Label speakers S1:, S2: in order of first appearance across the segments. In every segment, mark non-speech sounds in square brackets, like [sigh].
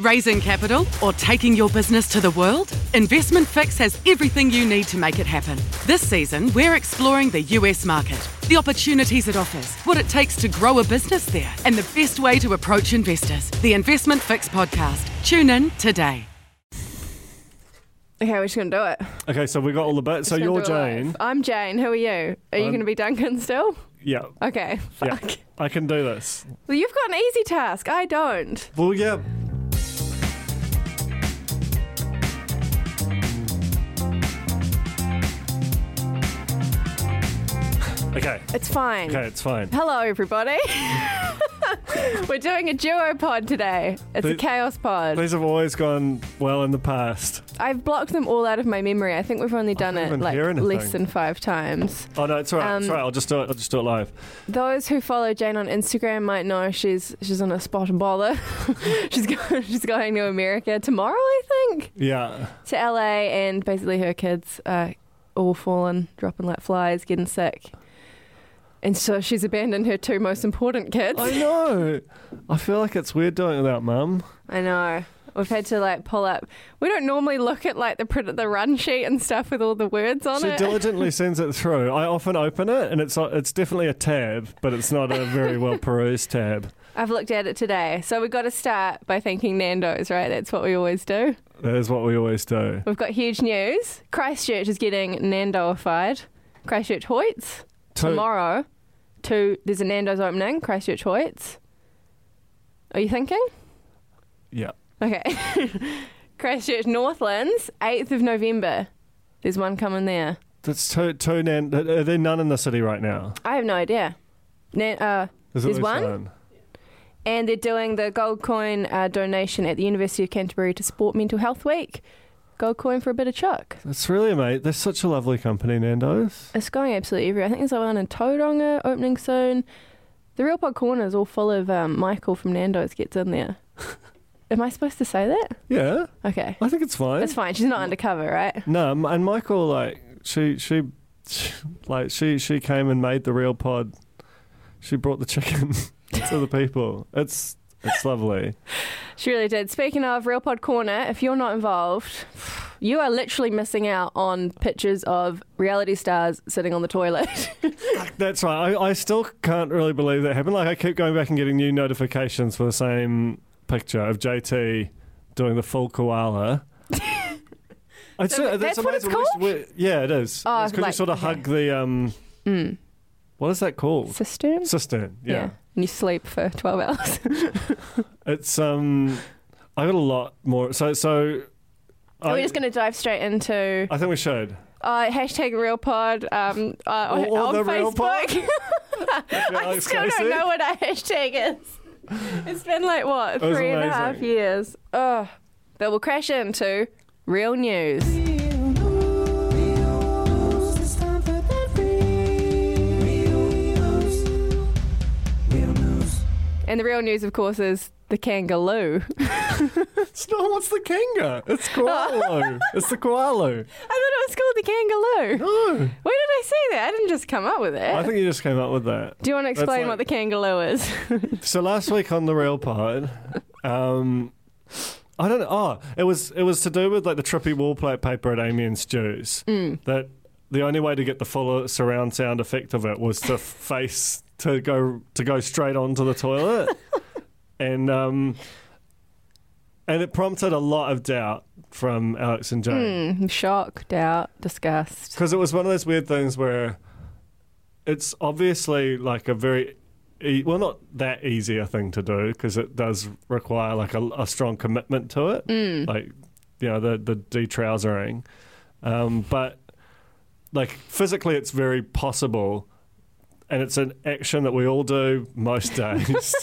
S1: Raising capital or taking your business to the world? Investment Fix has everything you need to make it happen. This season, we're exploring the US market, the opportunities it offers, what it takes to grow a business there, and the best way to approach investors. The Investment Fix podcast. Tune in today.
S2: Okay, we're just gonna do it.
S3: Okay, so we got all the bits. So
S2: Just gonna
S3: you're
S2: do it live.
S3: Jane.
S2: I'm Jane. Who are you? Are you
S3: I'm-
S2: gonna be Duncan still?
S3: Yeah.
S2: Okay.
S3: Yeah.
S2: Oh, Fuck.
S3: I can do this.
S2: Well, you've got an easy task. I don't.
S3: Well, yeah. Okay.
S2: It's fine.
S3: Okay, it's fine.
S2: Hello, everybody. [laughs] we're doing a duo pod today. It's a
S3: Please-
S2: chaos pod.
S3: These have always gone well in the past.
S2: I've blocked them all out of my memory. I think we've only done
S3: can't
S2: it
S3: even
S2: like
S3: hear anything.
S2: less than five times.
S3: Oh no, it's alright. it's
S2: Um,
S3: alright. I'll just do it. I'll just do it live.
S2: Those who follow Jane on Instagram might know she's she's on a spot and bother. [laughs] she's going [laughs] she's going to America tomorrow, I think.
S3: Yeah.
S2: to LA, and basically her kids are all fallen, dropping like flies, getting sick. And so she's abandoned her two most important kids.
S3: I know. I feel like it's weird doing it without mum.
S2: I know. We've had to like pull up. We don't normally look at like the print, the run sheet and stuff with all the words on
S3: She
S2: it.
S3: diligently sends it through. I often open it, and it's not, it's definitely a tab, but it's not a very well perused tab.
S2: I've looked at it today. So we've got to start by thanking Nando's, right? That's what we always do.
S3: That is what we always do.
S2: We've got huge news. Christchurch is getting Nandoified. Christchurch Hoyts
S3: Two-
S2: tomorrow. Two, there's a Nando's opening. Christchurch Hoyts. Are you thinking?
S3: Yeah.
S2: Okay. [laughs] Christchurch Northlands, 8th of November. There's one coming there.
S3: That's two, two nan. Are there none in the city right now?
S2: I have no idea. Na- uh,
S3: Is it
S2: there's
S3: at least
S2: one, and they're doing the gold coin uh, donation at the University of Canterbury to support Mental Health Week. Gold coin for a bit of chuck.
S3: That's really, mate. They're such a lovely company, Nando's.
S2: It's going absolutely everywhere. I think there's one in Tauranga opening soon. The Real Pod Corner is all full of um, Michael from Nando's gets in there. Am I supposed to say that?
S3: Yeah,
S2: Okay.
S3: I think it's fine.
S2: That's fine. She's not undercover, right?
S3: No, m- and Michael, like she, she, she, like she, she came and made the real pod. She brought the chicken [laughs] to the people. It's it's lovely.
S2: She really did. Speaking of Real Pod Corner, if you're not involved, [sighs] you are literally missing out on pictures of reality stars sitting on the toilet. [laughs]
S3: That's right. I, I still can't really believe that happened. Like I keep going back and getting new notifications for the same picture of JT doing the full
S2: [laughs]
S3: koala. It's-
S2: So that's what it's
S3: amazing. We- we- yeah, it is.
S2: Oh,
S3: Oh, because you
S2: like-
S3: sort of
S2: okay.
S3: hug the um.
S2: mm.
S3: What is that called?
S2: Cistern?
S3: Cistern. yeah.
S2: And you sleep for 12 [laughs] hours.
S3: It's um, I got a lot more. So so,
S2: Are
S3: I,
S2: we just going to dive straight into
S3: I think we should.
S2: Uh, hashtag RealPod um, uh,
S3: Or- or
S2: on
S3: the Real
S2: [laughs]
S3: Pod?
S2: Facebook. [laughs] I
S3: Alex
S2: still
S3: Casey?
S2: don't know what a hashtag is. It's been like, what,
S3: was
S2: three and a half
S3: amazing.
S2: years? Ugh. But we'll crash into real news. And the real news, of course, is the kangaroo. [laughs]
S3: It's not what's the kanga. It's koala. it's the
S2: [laughs]
S3: koala.
S2: I thought it was called the kangaroo.
S3: No,
S2: Where did I see that? I didn't just come up with it.
S3: I think you just came up with that.
S2: Do you want to
S3: That's
S2: explain
S3: like-
S2: what the kangaroo is? [laughs]
S3: So last week on the real pod, um, I don't know. Oh, it was it was to do with like the trippy wall plate paper at Amiens Jews. That the only way to get the full surround sound effect of it was to face to go to go straight onto the toilet, and um, and it prompted a lot of doubt from Alex and Jane
S2: Hmm, Shock, doubt, disgust.
S3: because it was one of those weird things where it's obviously like a very e- well not that easy a thing to do because it does require like a, a strong commitment to it
S2: Hmm. Mm.
S3: like you know the the detrousering um but like physically it's
S2: [laughs]
S3: very possible and it's an action that we all do most days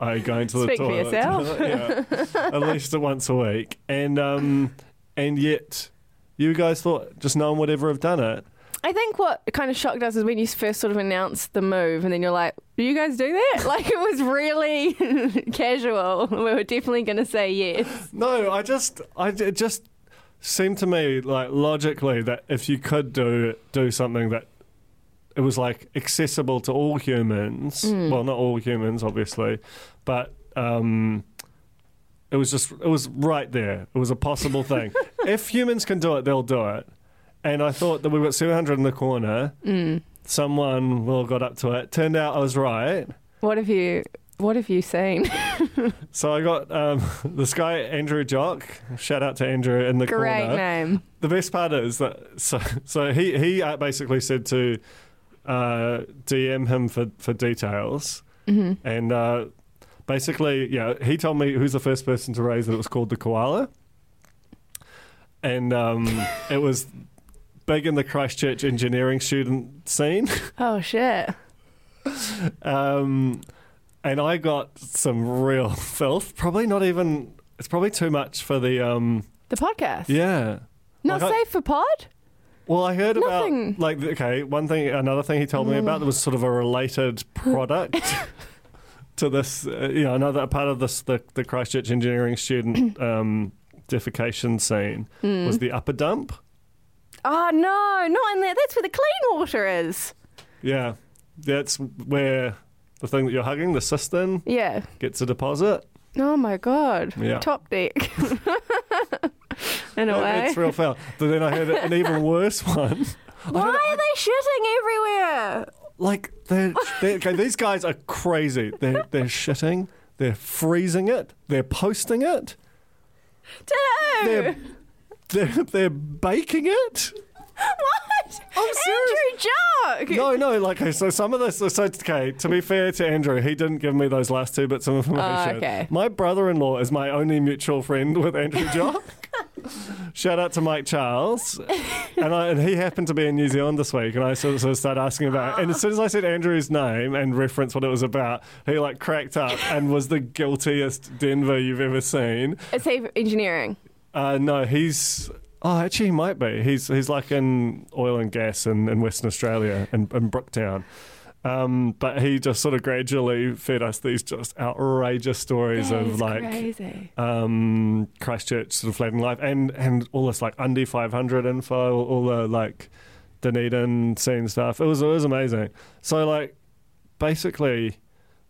S3: I go into the
S2: Speak for
S3: toilet.
S2: yourself.
S3: [laughs] Yeah. At least once a week. And um and yet you guys thought just no one would ever have done it.
S2: I think what kind of shocked us is when you first sort of announced the move, and then you're like, "Do you guys do that?" [laughs] Like it was really [laughs] casual. We were definitely going to say yes.
S3: No, I just, I it just seemed to me like logically that if you could do do something that it was like accessible to all humans, well, not all humans, obviously, but um, it was just it was right there. It was a possible thing. if humans can do it, they'll do it. And I thought that we've got 700 in the corner. Someone well got up to it. Turned out I was right.
S2: What have you? What have you seen?
S3: So I got um, [laughs] this guy Andrew Jock. Shout out to Andrew in
S2: [laughs]
S3: the
S2: Great
S3: corner.
S2: name.
S3: the best part is that so so he he uh, basically said to uh, DM him for for details, and uh, basically yeah he told me who's the first person to raise that it was called the koala, and um, it was big in the Christchurch engineering student scene.
S2: Oh shit!
S3: Um, and I got some real [laughs] filth. Probably not even. It's probably too much for the. Um,
S2: The podcast.
S3: yeah.
S2: Not
S3: Like I-
S2: safe for pod.
S3: Well, I heard
S2: Nothing.
S3: about like th- okay, one thing, another thing he told me about that was sort of
S2: [laughs]
S3: a related product to this, uh, you know, another part of this the, the Christchurch engineering
S2: [clears throat]
S3: student um, defecation scene
S2: Mm.
S3: was the upper dump.
S2: Oh no, not in there. That's where the clean water is.
S3: Yeah, that's where the thing that you're hugging, the cistern,
S2: Yeah.
S3: gets a deposit.
S2: Oh my god.
S3: Yeah.
S2: Top deck. [laughs] in a way.
S3: It's real foul. But then I heard
S2: [laughs]
S3: an even worse one.
S2: Why are they shitting everywhere?
S3: Like they're, they're okay, these guys are crazy. They're they're shitting. They're freezing it. They're posting it.
S2: Dunno.
S3: they're, they're, they're baking it?
S2: What?
S3: I'm serious.
S2: Andrew Jock.
S3: No, no, like, okay, so some of this, so, okay, to be fair to Andrew, he didn't give me those last two bits of information.
S2: okay.
S3: My brother in law is my only mutual friend with Andrew Jock. [laughs] Shout out to Mike Charles. And, I, and he happened to be in New Zealand this week, and I sort of, sort of started asking about it. And as soon as I said Andrew's name and referenced what it was about, he like cracked up and was the guiltiest Denver you've ever seen.
S2: It's safe engineering.
S3: Uh, no, he's. Oh, actually, he might be. He's he's like in oil and gas in, in Western Australia in, in Brooktown. Um, but he just sort of gradually fed us these just outrageous stories
S2: That
S3: of
S2: is
S3: like
S2: crazy.
S3: um, Christchurch sort of flattened life and and all this like under five hundred info, all the like Dunedin scene stuff. It was it was amazing. So like basically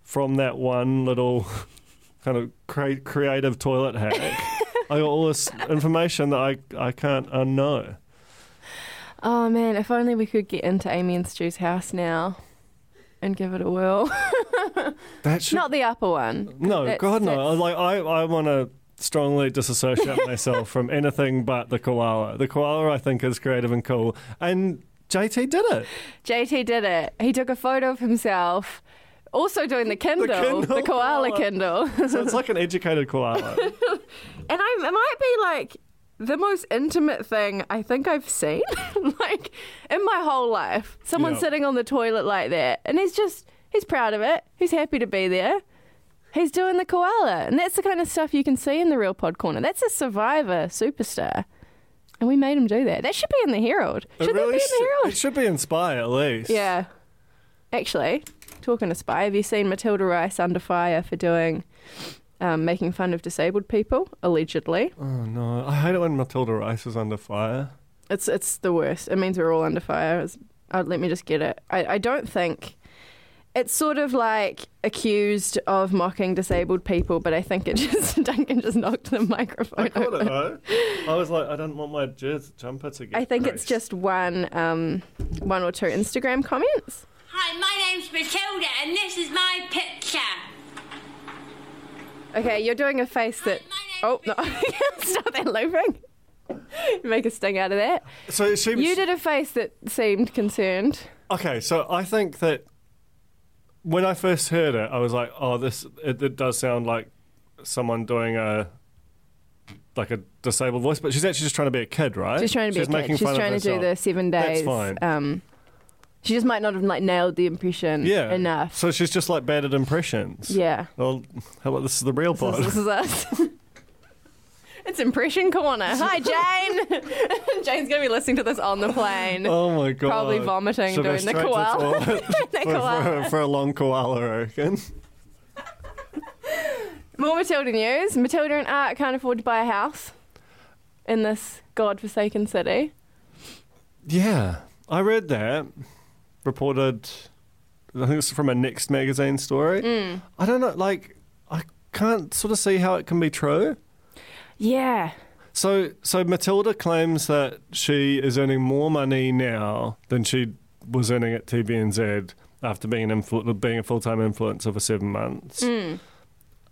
S3: from that one little [laughs] kind of cre- creative
S2: [laughs]
S3: toilet hack. I got all this information that I, I can't unknow.
S2: Oh man, if only we could get into Amy and Stu's house now and give it a whirl. [laughs]
S3: That should
S2: Not the upper one.
S3: no,
S2: that's-
S3: God no.
S2: that's-
S3: Like I, I want to
S2: [laughs]
S3: strongly disassociate myself from anything but the koala. The koala I think is creative and cool, and JT did it.
S2: JT did it. He took a photo of himself. Also doing the Kindle, the,
S3: Kindle. Oh.
S2: koala Kindle. [laughs]
S3: So it's like an educated [laughs] koala.
S2: And I, it might be like the most intimate thing I think I've seen, [laughs] like in my whole life. Someone
S3: Yeah.
S2: sitting on the toilet like that, and he's just he's proud of it. He's happy to be there. He's doing the koala, and that's the kind of stuff you can see in the real pod corner. That's a survivor superstar, and we made him do that. That should be in the Herald. Should
S3: it
S2: that be in
S3: really
S2: the
S3: should,
S2: Herald?
S3: it should be inspired at least.
S2: Yeah. Actually, talking to Spy, have you seen Matilda Rice under fire for doing um, making fun of disabled people allegedly?
S3: Oh no, I hate it when Matilda Rice is under fire.
S2: It's it's the worst. It means we're all under fire. It's, uh, let me just get it. I, I don't think it's sort of like accused of mocking disabled people, but I think it [laughs] just Duncan just knocked the microphone.
S3: I caught
S2: over.
S3: it though. I was like, I don't want my jizz jumper to get.
S2: I think it's
S3: creased.
S2: just one um, one or two Instagram comments.
S4: Hi, my name's Matilda, and this is my picture.
S2: Okay, you're doing a face that.
S4: Hi,
S2: Oh
S4: my
S2: no! [laughs]
S4: name's
S2: Stop that looping. Make a sting out of that.
S3: So she was.
S2: You did a face that seemed concerned.
S3: Okay, so I think that when I first heard it, I was like, "Oh, this it, it does sound like someone doing a like a disabled voice." But she's actually just trying to be a kid, right?
S2: She's trying to be.
S3: She's
S2: a kid.
S3: making
S2: She's
S3: fun
S2: trying
S3: of
S2: to do the
S3: herself.
S2: seven days.
S3: fine.
S2: Um, She just might not have like nailed the impression
S3: Yeah.
S2: enough.
S3: So she's just like bad at impressions.
S2: yeah.
S3: Well, how about this is the real
S2: This
S3: part?
S2: is, this is us. [laughs] it's impression corner.
S3: [laughs]
S2: Hi, Jane. [laughs] Jane's gonna be listening to this on the plane. [laughs]
S3: Oh my god.
S2: Probably vomiting
S3: Should go
S2: doing the
S3: straight
S2: [laughs]
S3: to
S2: koala.
S3: toilet [laughs]
S2: The
S3: for,
S2: koala.
S3: For, for a long koala, I reckon.
S2: More Matilda news. Matilda and Art can't afford to buy a house in this godforsaken city.
S3: Yeah. I read that. Reported, I think it's from a Next magazine story.
S2: Mm.
S3: I don't know, like, I can't sort of see how it can be true.
S2: Yeah.
S3: So, so Matilda claims that she is earning more money now than she was earning at TVNZ after being an influ- being a full time influencer for seven months.
S2: Mm.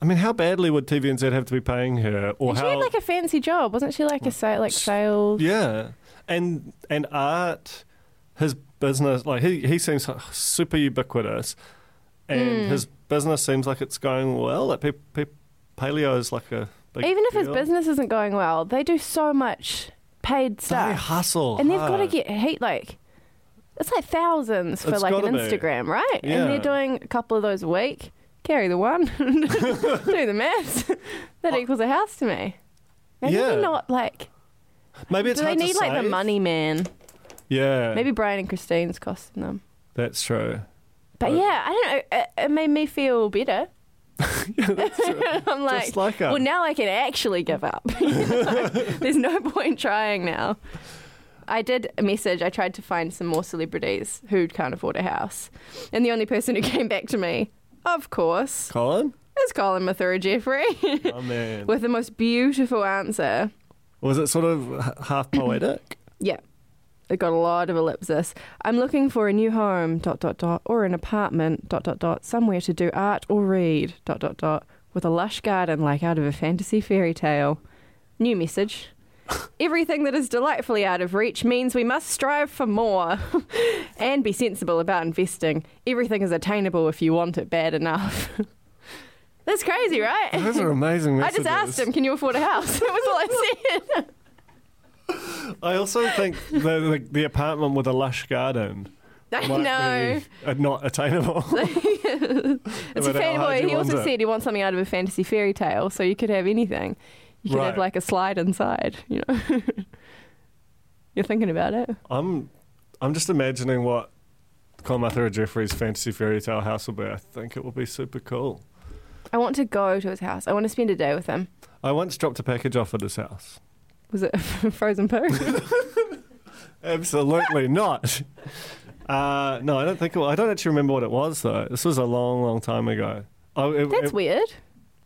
S3: I mean, how badly would TVNZ have to be paying her, or
S2: And she
S3: how?
S2: had like a fancy job, wasn't she? Like a sale, like sales.
S3: yeah, and and art, his business, like he he seems super ubiquitous,
S2: Hmm.
S3: and his business seems like it's going well. Like pe- pe- paleo is like a big
S2: Even if his
S3: deal.
S2: business isn't going well, they do so much paid
S3: They
S2: stuff,
S3: hustle,
S2: and they've got to
S3: hard.
S2: get heat like. It's like thousands for
S3: It's
S2: like
S3: gotta
S2: an
S3: be.
S2: Instagram, right? And
S3: Yeah.
S2: they're doing a couple of those a week. Carry the one, [laughs] do the maths. [laughs] that equals a house to me. Maybe
S3: Oh. Yeah.
S2: they're not like.
S3: Maybe it's
S2: do they
S3: hard to
S2: need like the
S3: save.
S2: money man?
S3: Yeah,
S2: Maybe Brian and Christine's costing them.
S3: That's true.
S2: But
S3: Right.
S2: yeah, I don't know. It, it made me feel
S3: [laughs]
S2: better. [laughs] I'm like,
S3: Just like uh, her.
S2: well, now I can actually give up. [laughs] You know? There's no point trying now. I did a message. I tried to find some more celebrities who can't afford a house, and the only person who [laughs] came back to me, of course, [laughs]
S3: Colin?
S2: is Colin Mathura Jeffrey, [laughs]
S3: Oh, man.
S2: with the most beautiful answer.
S3: Was it sort of h-
S2: [coughs]
S3: half poetic?
S2: Yeah. It got a lot of ellipsis. I'm looking for a new home, dot dot dot, or an apartment, dot dot dot, somewhere to do art or read, dot dot dot, with a lush garden like out of a fantasy fairy tale. New
S3: [laughs]
S2: message. Everything that is delightfully out of reach means we must strive for
S3: [laughs]
S2: more and be sensible about investing. Everything is attainable if you want it bad enough. [laughs] That's crazy, right?
S3: Those are
S2: [laughs]
S3: amazing
S2: I just
S3: messages.
S2: asked him, can you afford a house? [laughs] That was all
S3: [laughs]
S2: I said.
S3: I also think the, the, the apartment with a lush garden
S2: I
S3: might
S2: know.
S3: be uh,
S2: [laughs]
S3: not attainable.
S2: It's a
S3: about how
S2: fan
S3: hard
S2: boy.
S3: you
S2: He also
S3: want it.
S2: said he wants something out of a fantasy fairy tale, so you could have anything. You could have
S3: Right.
S2: like a slide inside, you know. [laughs] You're thinking about it.
S3: I'm, I'm just imagining what Colin Mathura Jeffrey's fantasy fairy tale house will be. I think it will be super cool.
S2: I want to go to his house. I want to spend a day with him.
S3: I once dropped a package off at his house.
S2: Was it [laughs] frozen poo?
S3: Absolutely not. Uh, no, I don't think. It, I don't actually remember what it was though. This was a long, long time ago. Oh,
S2: [laughs]
S3: it,
S2: That's
S3: it-
S2: weird.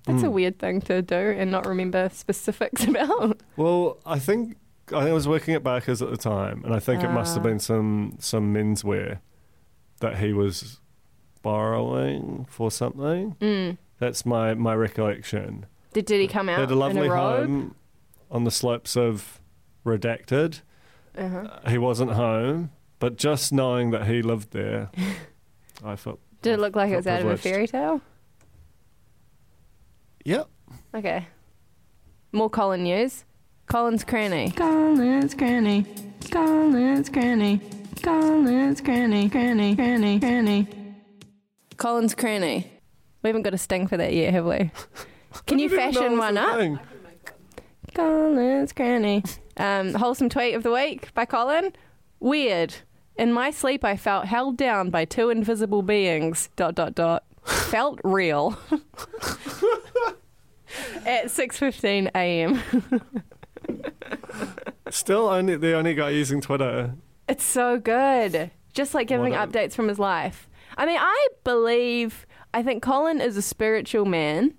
S2: That's
S3: Hmm.
S2: a weird thing to do and not remember specifics [laughs] about.
S3: Well, I think I think I was working at Barker's at the time, and I think it must have
S2: Ah.
S3: been some some menswear that he was borrowing for something.
S2: Mm.
S3: That's my my recollection.
S2: Did, did he come
S3: They had
S2: out
S3: a lovely
S2: in a robe?
S3: home on the slopes of Redacted.
S2: Uh-huh.
S3: He wasn't home, but just knowing that he
S2: [laughs]
S3: lived there, I felt.
S2: Did it look like it
S3: felt
S2: was out of a
S3: privileged.
S2: fairy tale?
S3: Yep.
S2: Okay. More Colin news. Colin's cranny.
S5: Colin's Granny. Colin's Granny. Colin's Granny. Granny. Granny. Granny.
S2: Colin's cranny. We haven't got a sting for that yet, have
S3: [laughs]
S2: we? Can you
S3: Didn't know it
S2: fashion
S3: was
S2: one
S3: a
S2: up?
S3: thing.
S2: Colin's cranny. Um, wholesome tweet of the week by Colin. Weird. In my sleep, I felt held down by two invisible beings. Dot dot dot. Felt real. At six fifteen a.m.
S3: Still, only the only guy using Twitter.
S2: It's so good. Just like giving
S3: What a-
S2: updates from his life. I mean, I believe, I think Colin is a spiritual man.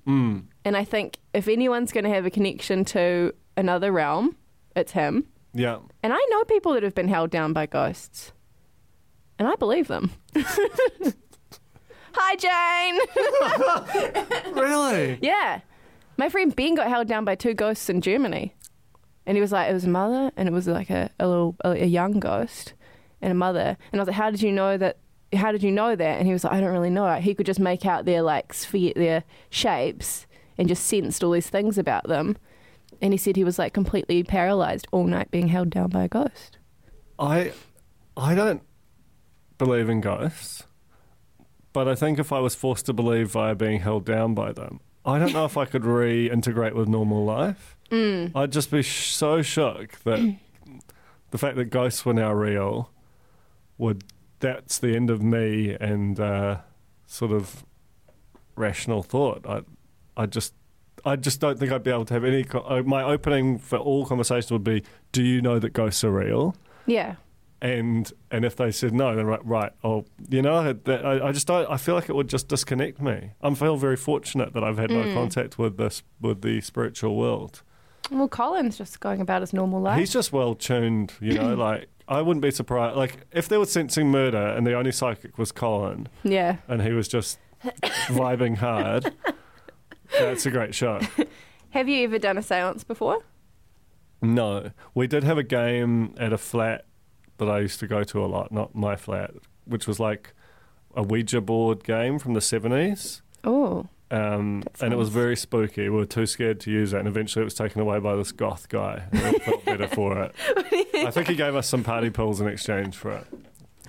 S2: And I think if anyone's going to have a connection to another realm, it's him. [laughs]
S3: Yeah.
S2: And I know people that have been held down by ghosts. And I believe them. [laughs] Hi, Jane. [laughs]
S3: Really?
S2: yeah. My friend Ben got held down by two ghosts in Germany. And he was like, it was a mother and it was like a, a little, a, a young ghost and a mother. And I was like, how did you know that? How did you know that? And he was like, I don't really know. He could just make out their like sphere, their shapes and just sensed all these things about them. And he said he was like completely paralyzed all night being held down by a ghost.
S3: I I don't believe in ghosts, but I think if I was forced to believe via being held down by them, I don't know if I could reintegrate with normal life. I'd just be sh- so shook that the fact that ghosts were now real would that's the end of me and uh, sort of rational thought. I, I just. I just don't think I'd be able to have any. Co- uh, my opening for all conversations would be, "Do you know that ghosts are real?"
S2: Yeah.
S3: and and if they said no, then right, right. Oh, you know, that, I, I just don't. I feel like it would just disconnect me. I feel very fortunate that I've had no contact with this with the spiritual world.
S2: Well, Colin's just going about his normal life.
S3: He's just well tuned, you know. like I wouldn't be surprised. Like if they were sensing murder and the only psychic was Colin
S2: yeah.
S3: and he was just vibing hard. That's a great show.
S2: Have you ever done a séance before?
S3: No, we did have a game at a flat that I used to go to a lot, not my flat, which was like a Ouija board game from the seventies,
S2: Oh.
S3: um,
S2: That
S3: and it was
S2: sounds-
S3: very spooky. We were too scared to use it, and eventually it was taken away by this goth guy. And it felt better
S2: [laughs]
S3: for it. I think he gave us some party pills in exchange for it.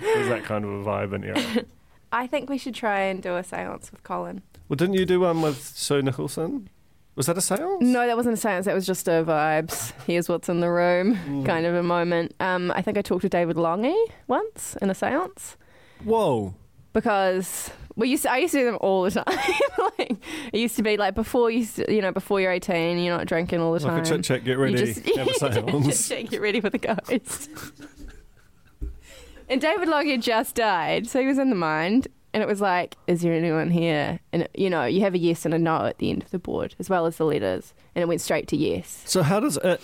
S3: It was that kind of a vibe
S2: [laughs]
S3: in here.
S2: I think we should try and do a séance with Colin.
S3: Well, didn't you do one with Sue Nicholson? Was that a seance?
S2: No, that wasn't a séance. That was just a vibes. Here's what's in the room kind of a moment. Um, I think I talked to David Longy once in a séance
S3: Whoa.
S2: because we used to, I used to do them all the [laughs] time. like it used to be like before you s- you know before you're 18, you're not drinking all the time.
S3: Like a chit chat, get ready,
S2: You just, [laughs]
S3: have a seance.
S2: just get ready for the ghost. [laughs] and David Lockyer just died, so he was in the mind. And it was like, is there anyone here? And, you know, you have a yes and a no at the end of the board, as well as the letters. And it went straight to yes.
S3: So how does it?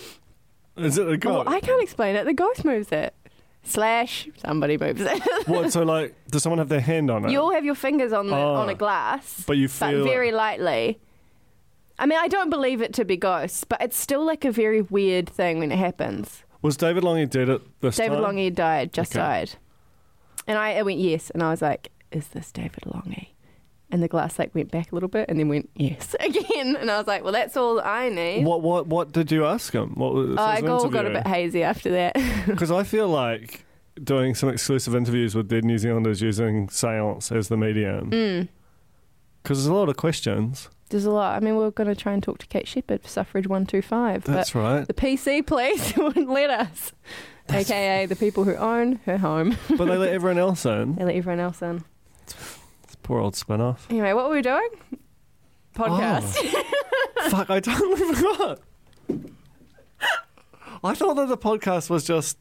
S3: Is it a
S2: Oh,
S3: god?
S2: I can't explain it. The ghost moves it. Slash, somebody moves it.
S3: [laughs]
S2: [laughs]
S3: What? So like, does someone have their hand on it?
S2: you all have your fingers on, the,
S3: Oh.
S2: on a glass,
S3: but you
S2: but
S3: feel
S2: very lightly. I mean, I don't believe it to be ghosts, but it's still like a very weird thing when it happens.
S3: was David Longy did it this
S2: David
S3: time?
S2: Longy died, just
S3: Okay.
S2: died. And I, I went, yes. And I was like, is this David Longy? And the glass like went back a little bit and then went, yes, [laughs] again. And I was like, well, that's all I need.
S3: What what what did you ask him? What was
S2: Oh, I got, got a bit [laughs] hazy after that.
S3: because I feel like doing some exclusive interviews with dead New Zealanders using seance as the medium.
S2: Mm.
S3: Because there's a lot of questions.
S2: There's a lot. I mean, we are going to try and talk to Kate Shepherd for Suffrage 125.
S3: That's
S2: but [laughs]
S3: right.
S2: the PC police [laughs] wouldn't let us, aka the people who own her home.
S3: but they let everyone else in.
S2: They let everyone else in.
S3: It's a poor old
S2: [laughs]
S3: spin off.
S2: Anyway, what were we doing?
S3: Oh.
S2: Podcast.
S3: Fuck, I totally forgot. I thought that the podcast was just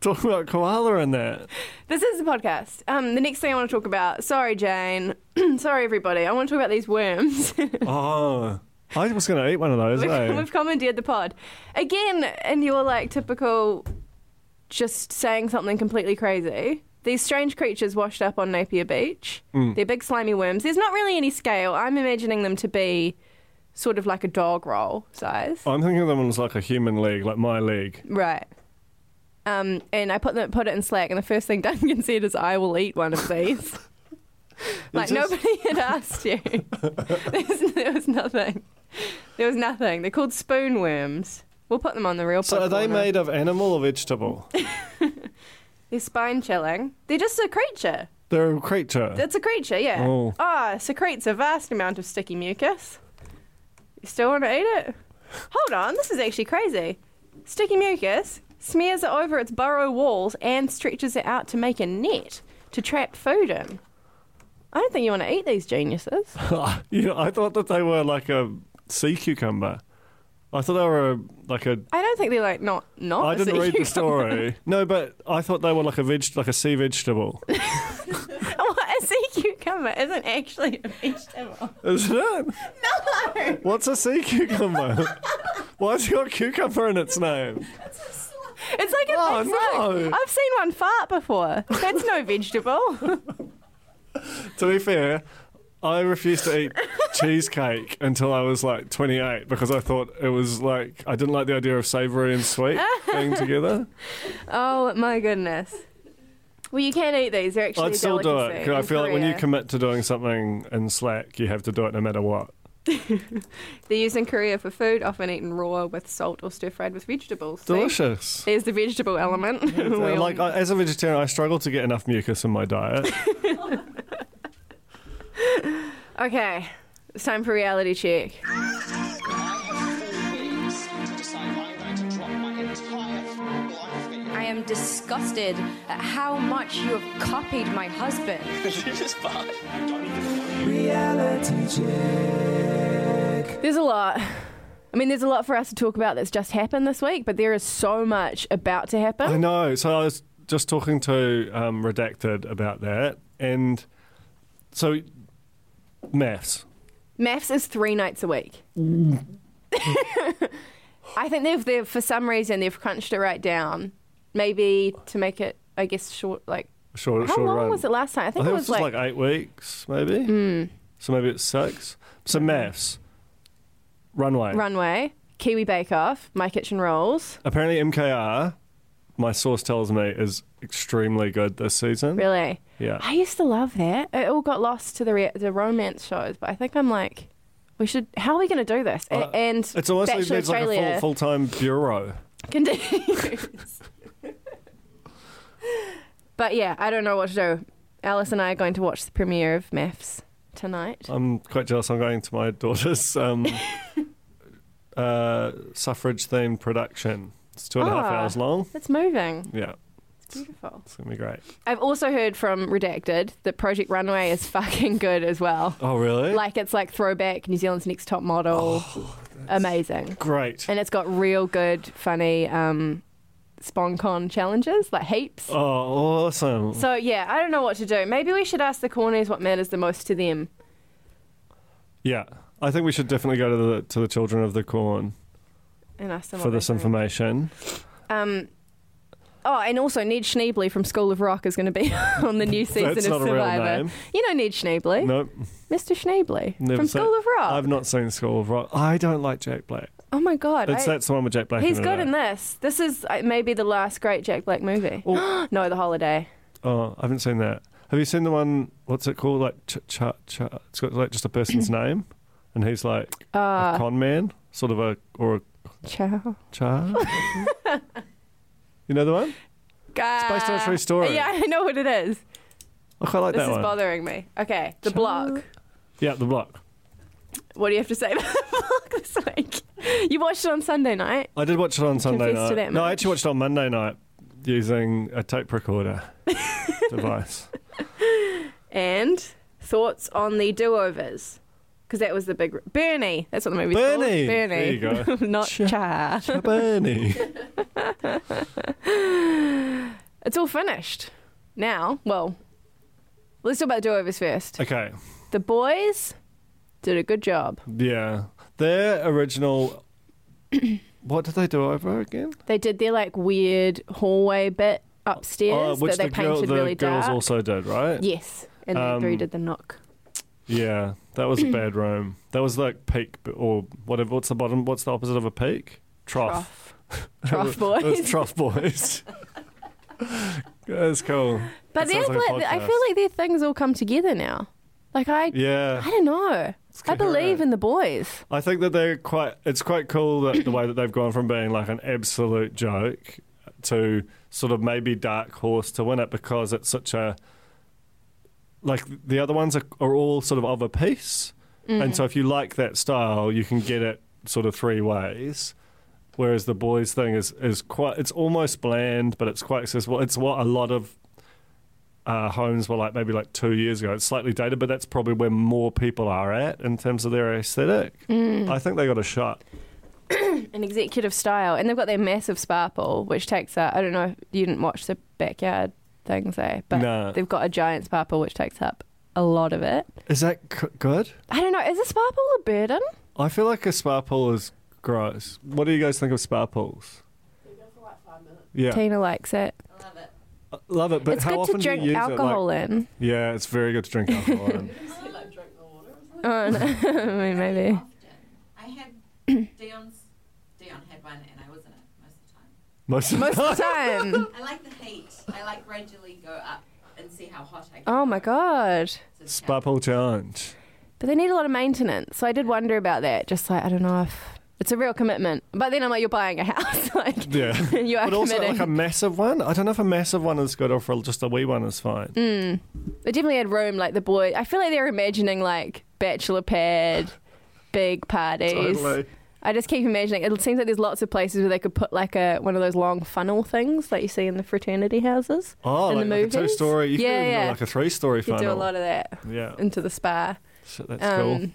S3: talking about koala and that.
S2: This is the podcast. Um, the next thing I want to talk about. Sorry, Jane. [clears throat] sorry, everybody. I want to talk about these worms. [laughs]
S3: Oh, I was going to eat one of those.
S2: we've, [laughs]
S3: eh?
S2: we've commandeered the pod again, and you're like typical, just saying something completely crazy. These strange creatures washed up on Napier Beach. They're big slimy worms. There's not really any scale. I'm imagining them to be sort of like a dog roll size.
S3: I'm thinking of them as like a human leg, like my leg.
S2: Right. Um, and I put them, put it in Slack, and the first thing [laughs] Duncan said is, "I will eat
S3: [laughs]
S2: one of these." like
S3: just- [laughs]
S2: nobody had asked you. [laughs] there, was, there was nothing. There was nothing. They're called spoon worms. We'll put them on the real.
S3: So are
S2: pod
S3: they
S2: corner.
S3: made of animal
S2: [laughs]
S3: or vegetable?
S2: They're spine chilling. They're just a creature.
S3: They're a creature.
S2: It's a creature, yeah.
S3: Oh.
S2: Ah, secretes a vast amount of sticky mucus. You still want to eat it? Hold on, this is actually crazy. Sticky mucus smears it over its burrow walls and stretches it out to make a net to trap food in. I don't think you want to eat these geniuses.
S3: [laughs] you know, I thought that they were like a sea cucumber. I thought they were a, like a.
S2: I don't think they're like not not.
S3: I
S2: a
S3: didn't
S2: sea
S3: read the
S2: cucumber. [laughs]
S3: story. No, but I thought they were like a veg, like a
S2: [laughs]
S3: sea vegetable.
S2: what a sea cucumber isn't actually a vegetable.
S3: Isn't it? No. What's a
S2: [laughs]
S3: sea cucumber? Why's got cucumber in its name?
S2: It's like a
S3: Oh,
S2: big slug.
S3: no.
S2: I've seen one fart before. That's no [laughs] vegetable.
S3: To be fair, I refused to
S2: [laughs]
S3: eat cheesecake until I was like 28 because I thought it was like I didn't like the idea of savoury and sweet
S2: [laughs]
S3: being together.
S2: Oh my goodness. Well, you can eat these. They're actually
S3: I'd still do it
S2: delicacy
S3: 'cause I
S2: in
S3: feel like when you
S2: Korea.
S3: commit to doing something in Slack, you have to do it no matter what.
S2: They're used in Korea for food, often eaten raw with salt or stir fried with vegetables. See?
S3: Delicious.
S2: There's the vegetable element. [laughs] We
S3: Uh,
S2: all-
S3: like I, as a vegetarian, I struggle to get enough mucus in
S2: [laughs]
S3: my diet.
S2: okay, it's time for reality check.
S6: I am disgusted at how much you have copied my husband.
S2: There's a lot. I mean, there's a lot for us to talk about that's just happened this week, but there is so much about to happen.
S3: I know. So I was just talking to um, Redacted about that, and so maths.
S2: Maths is three nights a
S3: [laughs]
S2: week. I think they've, they've, for some reason, they've crunched it right down. Maybe to make it, I guess, short. Like,
S3: Short,
S2: how
S3: short
S2: long
S3: run.
S2: was it last time? I
S3: I
S2: think
S3: think
S2: it was like, Mm.
S3: just like eight weeks, maybe. So maybe it's six. So
S2: Mm-hmm.
S3: maths, runway.
S2: Runway, Kiwi Bake Off, My Kitchen Rolls.
S3: Apparently MKR, my source tells me, is extremely good this season.
S2: Really?
S3: Yeah.
S2: I used to love that. It all got lost to the re- the romance shows, but I think I'm like, we should. How are we going to do this? A-
S3: Uh,
S2: and
S3: It's almost like
S2: Bachelor
S3: there's like a
S2: Australia
S3: full, full-time bureau.
S2: continues.
S3: [laughs]
S2: but yeah, I don't know what to do. Alice and I are going to watch the premiere of Maths tonight.
S3: I'm quite jealous. I'm going to my
S2: [laughs]
S3: daughter's um, uh, suffrage-themed production. It's two and a half
S2: Ah.
S3: hours long.
S2: It's moving.
S3: Yeah,
S2: It's beautiful.
S3: it's gonna be great.
S2: I've also heard from Redacted that Project Runway is [laughs] fucking good as well.
S3: Oh, really?
S2: Like it's like throwback New Zealand's Next Top Model.
S3: Oh,
S2: Amazing.
S3: great.
S2: And it's got real good, funny um, SponCon challenges, like heaps.
S3: Oh, awesome.
S2: So yeah, I don't know what to do. Maybe we should ask the corners what matters the most to them.
S3: yeah, I think we should definitely go to the to the children of the corn
S2: And ask them
S3: for
S2: what they
S3: this
S2: think.
S3: information.
S2: Um, oh, and also Ned Schneebly from School of Rock is going to be [laughs] on the new season
S3: That's
S2: of
S3: not a real
S2: Survivor.
S3: name.
S2: You know Ned Schneebly,
S3: Nope,
S2: Mr. Schneebly
S3: never
S2: from
S3: seen-
S2: School of Rock.
S3: I've not seen School of Rock. I don't like Jack Black.
S2: oh my god,
S3: It's
S2: I-
S3: that's the one with Jack Black.
S2: he's
S3: in
S2: good
S3: it.
S2: in this. This is uh, maybe the last great Jack Black movie.
S3: Oh.
S2: [gasps] no, The Holiday.
S3: Oh, I haven't seen that. Have you seen the one? What's it called? Like, ch- ch- ch- it's got like just
S2: [clears throat]
S3: a person's name, and he's like
S2: Uh.
S3: a con man, sort of a or a
S2: Ciao. [laughs]
S3: child. you know the one?
S2: It's
S3: based on a true story.
S2: Yeah, I know what it is.
S3: I quite like
S2: This
S3: that
S2: is
S3: one.
S2: bothering me. Okay, The
S3: Ciao.
S2: Block.
S3: yeah, the block.
S2: What do you have to say [laughs] about The Block this week? You watched it on Sunday night.
S3: I did watch it on Sunday
S2: confess
S3: night.
S2: to that
S3: no, I
S2: much.
S3: actually watched it on Monday night using a
S2: [laughs]
S3: tape recorder device.
S2: And thoughts on the do-overs. Because that was the big... Bernie. That's what the movie's called.
S3: Bernie.
S2: Bernie.
S3: There you go.
S2: [laughs] Not
S3: Cha-
S2: Cha. [laughs]
S3: Bernie.
S2: It's all finished. Now, well, let's talk about the do-overs first.
S3: Okay.
S2: The boys did a good job.
S3: Yeah, their
S2: [coughs]
S3: original. what did they do over again?
S2: They did their, like, weird hallway bit
S3: Oh,
S2: upstairs
S3: which
S2: that they
S3: the, girl-
S2: painted
S3: the
S2: really
S3: girls
S2: dark.
S3: also did, right?
S2: Yes. And they
S3: Um,
S2: three did the knock.
S3: Yeah, that
S2: [coughs]
S3: was a bad room. That was like peak b- or whatever. What's the bottom? What's the opposite of a peak? Trough.
S2: Trough.
S3: [laughs] It was-
S2: Trough
S3: it was
S2: boys.
S3: trough
S2: [laughs]
S3: boys. [laughs] That's cool.
S2: But
S3: That
S2: they're
S3: sounds like a
S2: like, I feel
S3: podcast.
S2: like their things all come together now. Like I,
S3: Yeah,
S2: I don't know. I believe
S3: coherent.
S2: in the boys.
S3: I think that they're quite. It's quite cool that the way that they've gone from being like an absolute joke to sort of maybe dark horse to win it because it's such a. Like the other ones are, are all sort of of a piece, and so if you like that style, you can get it sort of three ways. Whereas the boys thing is is quite. It's almost bland, but it's quite accessible. It's what a lot of. Uh, homes were like maybe like two years ago. It's slightly dated, but that's probably where more people are at in terms of their aesthetic.
S2: Mm.
S3: I think they got a shot.
S2: An executive style, and they've got their massive spa pool, which takes up. I don't know if you didn't watch the backyard things, eh? But
S3: No.
S2: they've got a giant spa pool, which takes up a lot of it.
S3: Is that c- good?
S2: I don't know. Is a spa pool a burden?
S3: I feel like a spa pool is gross. What do you guys think of spa pools? Yeah,
S2: Tina likes it.
S3: love it. But
S2: it's
S3: how
S2: good
S3: often
S2: to
S3: do you
S2: drink
S3: use
S2: alcohol
S3: It?
S2: in. [laughs]
S3: Like, yeah, it's very good to drink alcohol. in.
S2: Oh, no. I mean,
S7: [laughs]
S2: maybe.
S7: I had Dion's. Dion had one, and I was in it most of the time.
S3: Most of
S2: Most of the time.
S7: I like the heat. I like gradually go up and see how hot I can.
S2: Oh my god.
S7: It's a
S3: spa pool challenge.
S2: But they need a lot of maintenance. So I did wonder about that. Just like, I don't know if it's a real commitment. But then I'm like, you're buying a house. [laughs] like,
S3: Yeah.
S2: you are
S3: But also
S2: committing.
S3: like a massive one. I don't know if a massive one is good or if a- just a wee one is fine.
S2: Mm. They definitely had room, like the boy. I feel like they're imagining like bachelor pad, big parties.
S3: Totally.
S2: I just keep imagining. It seems like there's lots of places where they could put like a one of those long funnel things that you see in the fraternity houses.
S3: Oh,
S2: in the
S3: like, like a
S2: movies.
S3: two-story.
S2: yeah,
S3: You can even do
S2: yeah.
S3: like a three-story
S2: you
S3: funnel.
S2: do a lot of um, that
S3: yeah.
S2: into the spa.
S3: Shit, that's cool.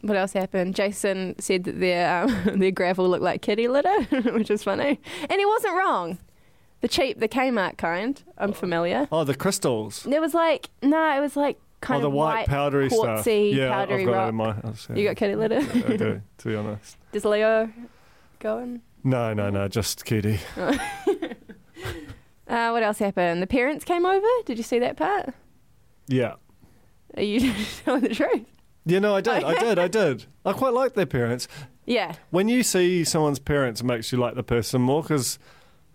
S2: What else happened? Jason said that their um, [laughs] their gravel looked like kitty litter, [laughs] which is funny, and he wasn't wrong. The cheap, the Kmart kind. I'm familiar.
S3: Oh, the crystals.
S2: There was like no, it was like kind
S3: oh, the
S2: of
S3: white, powdery stuff.
S2: quartzy,
S3: yeah,
S2: powdery
S3: I've got
S2: rock.
S3: that in my house. yeah.
S2: You got [laughs] kitty litter.
S3: Yeah, I do, to be honest.
S2: Does Leo go in?
S3: No, no, no, just kitty.
S2: Uh, what else happened? The parents came over. Did you see that part?
S3: Yeah.
S2: Are you [laughs] telling the truth?
S3: Yeah, no, I did. I did. I did. I quite like their parents.
S2: Yeah.
S3: When you see someone's parents, it makes you like the person more because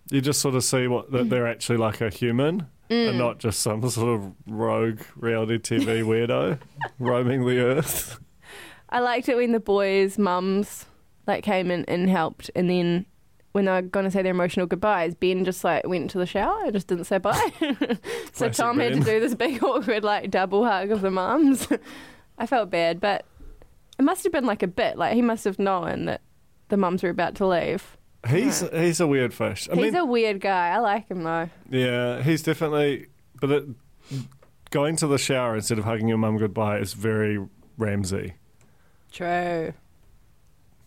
S3: you just sort of see what
S2: Mm.
S3: that they're actually like a human and not just some sort of rogue reality TV weirdo
S2: [laughs]
S3: roaming the earth.
S2: I liked it when the boys' mums like came in and helped, and then when they were gonna say their emotional goodbyes, Ben just like went to the shower and just didn't say bye. [laughs] so
S3: Classic
S2: Tom had
S3: Ben.
S2: to do this big [laughs] awkward like double hug of the mums. [laughs] I felt bad, but it must have been like a bit. Like he must have known that the mums were about to leave.
S3: He's he's a weird fish. I
S2: He's
S3: mean,
S2: a weird guy. I like him though.
S3: yeah, he's definitely. But it, going to the shower instead of hugging your mum goodbye is very Ramsey.
S2: True.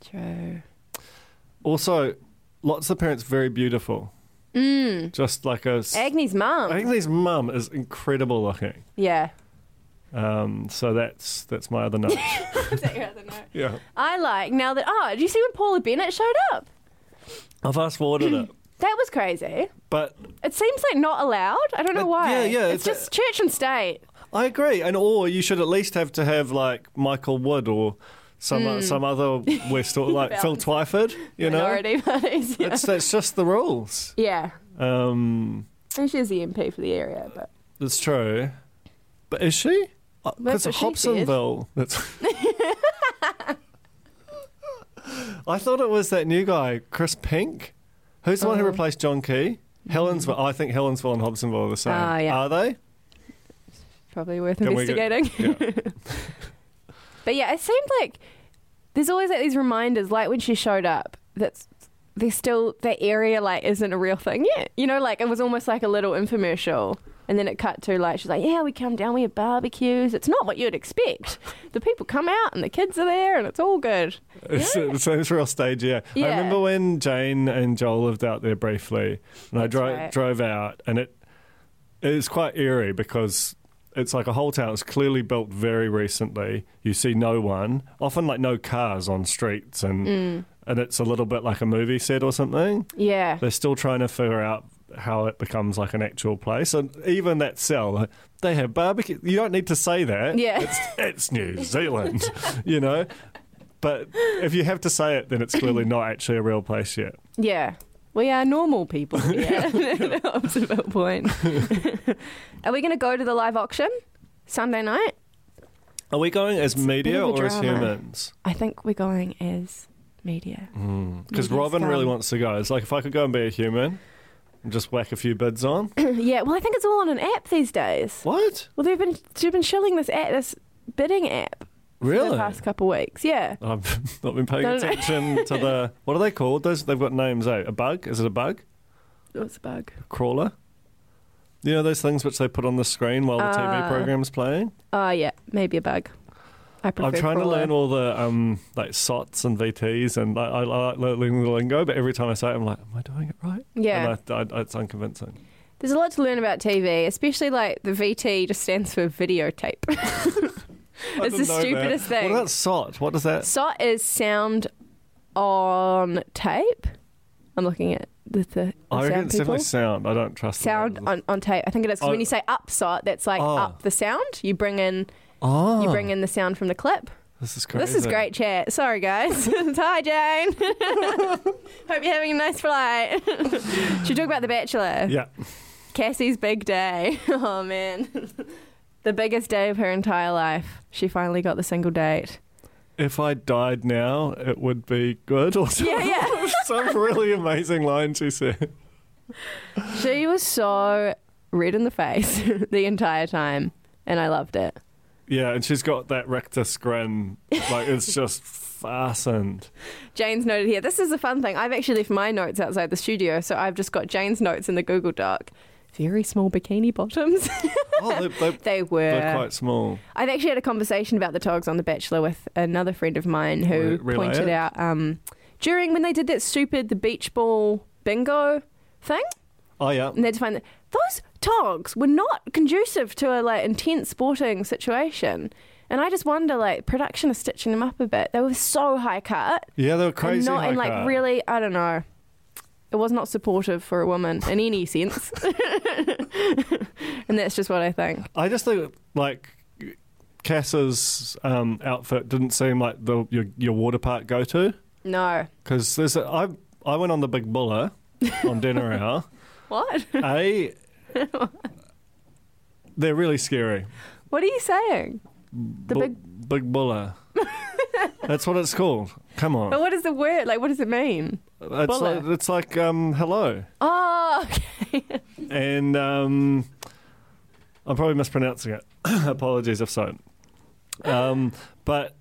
S2: True.
S3: Also, lots of parents very beautiful. Mm. Just like a. s-
S2: Agnes' mum.
S3: Agnes' mum is incredible looking.
S2: yeah.
S3: Um, so that's that's my other note. [laughs] yeah,
S2: I like now that. Oh, did you see when Paula Bennett showed up?
S3: I fast forwarded it,
S2: That was crazy.
S3: but
S2: It seems like not allowed. I don't know
S3: Uh,
S2: why.
S3: yeah, yeah,
S2: It's,
S3: it's a-
S2: just church and state.
S3: I agree. And or you should at least have to have like Michael Wood or some some other West or like Phil Twyford. You know,
S2: Minority [laughs] parties. Yeah.
S3: It's, that's just the rules.
S2: yeah.
S3: Um,
S2: And she's the MP for the area, but
S3: that's true. But is she? Because
S2: That's what she said.
S3: Hobsonville. That's.
S2: [laughs]
S3: I thought it was that new guy, Chris Pink, who's the one
S2: Oh.
S3: who replaced John Key. Helensville. I think Helensville and Hobsonville are the same.
S2: Mm. Ah, yeah. [laughs]
S3: Are they?
S2: probably worth
S3: Can we get-
S2: investigating. [laughs]
S3: Yeah.
S2: But yeah, it seemed like there's always like these reminders, like when she showed up, that's there's still that area like isn't a real thing yet. You know, like it was almost like a little infomercial. And then it cut to like she's like, Yeah, we come down, we have barbecues. It's not what you'd expect. The people come out and the kids are there and it's all good.
S3: [laughs] It's, it sounds real stagey. Yeah. I
S2: Yeah.
S3: remember when Jane and Joel lived out there briefly, and I drove
S2: right.
S3: drove out, and it it's quite eerie because it's like a whole town. It's clearly built very recently. You see no one, often like no cars on streets, and
S2: Mm.
S3: and it's a little bit like a movie set or something.
S2: Yeah.
S3: They're still trying to figure out how it becomes like an actual place, and even that cell, like, they have barbecue. You don't need to say that
S2: Yeah.
S3: it's New Zealand, [laughs] you know? But if you have to say it, then it's clearly not actually a real place yet.
S2: Yeah. We are normal
S3: [laughs]
S2: people. Yeah. [laughs] That's about point. are we going to go to the live auction Sunday night?
S3: Are we going as media
S2: bit of a
S3: or as
S2: drama.
S3: humans?
S2: I think we're going as media.
S3: Because
S2: Media's
S3: Robin really
S2: gone.
S3: wants to go. It's like, if I could go and be a human and just whack a few bids on.
S2: [coughs] yeah, well, I think it's all on an app these days.
S3: what?
S2: Well, they've been they've been shilling this app, this bidding app for the
S3: Really?
S2: past couple weeks. Yeah,
S3: I've [laughs] not been paying
S2: No, no.
S3: attention to the. What are they called? Those They've got names out. A bug? Is it a bug?
S2: what's a bug?
S3: Crawler? You know those things which they put on the screen while the TV
S2: Ah.
S3: program's playing?
S2: Oh yeah, maybe a bug. I prefer.
S3: I'm trying
S2: crawler.
S3: to learn all the um, like SOTs and VTs, and I, I like learning the lingo. But every time I say it, I'm like, "Am I doing it right?"
S2: Yeah.
S3: and I, I, it's unconvincing.
S2: There's a lot to learn about TV, especially like the VT just stands for videotape. it's the
S3: didn't know that.
S2: stupidest thing.
S3: What about SOT? What does that?
S2: SOT is sound on tape. I'm looking at the, the, the
S3: I reckon
S2: sound
S3: it's
S2: people.
S3: definitely sound. I don't trust the
S2: Sound
S3: names.
S2: on, on tape. I think it is 'cause
S3: Oh.
S2: when you say up SOT, that's like
S3: Oh.
S2: up the sound. You bring in
S3: Oh,
S2: you bring in the sound from the clip.
S3: this is crazy.
S2: This is great chat. Sorry guys. [laughs] Hi
S3: [laughs]
S2: Jane. Hope you're having a nice flight. [laughs] Should we talk about The Bachelor?
S3: Yeah,
S2: [laughs] Cassie's big day. Oh man. [laughs] The biggest day of her entire life. She finally got the single
S3: [laughs]
S2: date.
S3: If I died now, it would be good. [laughs] Or some,
S2: Yeah, yeah.
S3: some really amazing line she said.
S2: She was so red in the face [laughs] the entire time, and I loved it.
S3: Yeah, and she's got that rictus grin. Like, it's just fastened.
S2: Jane's noted here. This is a fun thing. I've actually left my notes outside the studio, so I've just got Jane's notes in the Google Doc. Very small bikini bottoms.
S3: [laughs]
S2: [laughs]
S3: Oh, they, they,
S2: they
S3: they're
S2: were.
S3: quite small.
S2: I've actually had a conversation about the togs on The Bachelor with another friend of mine who
S3: Re- relay
S2: pointed
S3: it?
S2: out um, during when they did that stupid the beach ball bingo thing,
S3: Oh, yeah.
S2: and they defined that those togs were not conducive to a like intense sporting situation. And I just wonder, like, production is stitching them up a bit. They were so high cut
S3: Yeah, they were crazy.
S2: and not in like
S3: hooker.
S2: really i don't know it was not supportive for a woman in any sense [laughs] and that's just what i think
S3: I just think like Cass's um, outfit didn't seem like the your, your water park go to
S2: no
S3: because there's a, I I went on the Big Buller
S2: [laughs]
S3: on dinner hour.
S2: what [laughs]
S3: A they're really scary.
S2: what are you saying the
S3: Bu-
S2: big [laughs]
S3: Big Buller. That's what it's called. Come
S2: but
S3: on,
S2: what is the word like what does it mean
S3: it's
S2: Buller.
S3: like, it's like um, hello,
S2: oh okay
S3: and um, I'm probably mispronouncing it. [coughs] Apologies if so. Um, but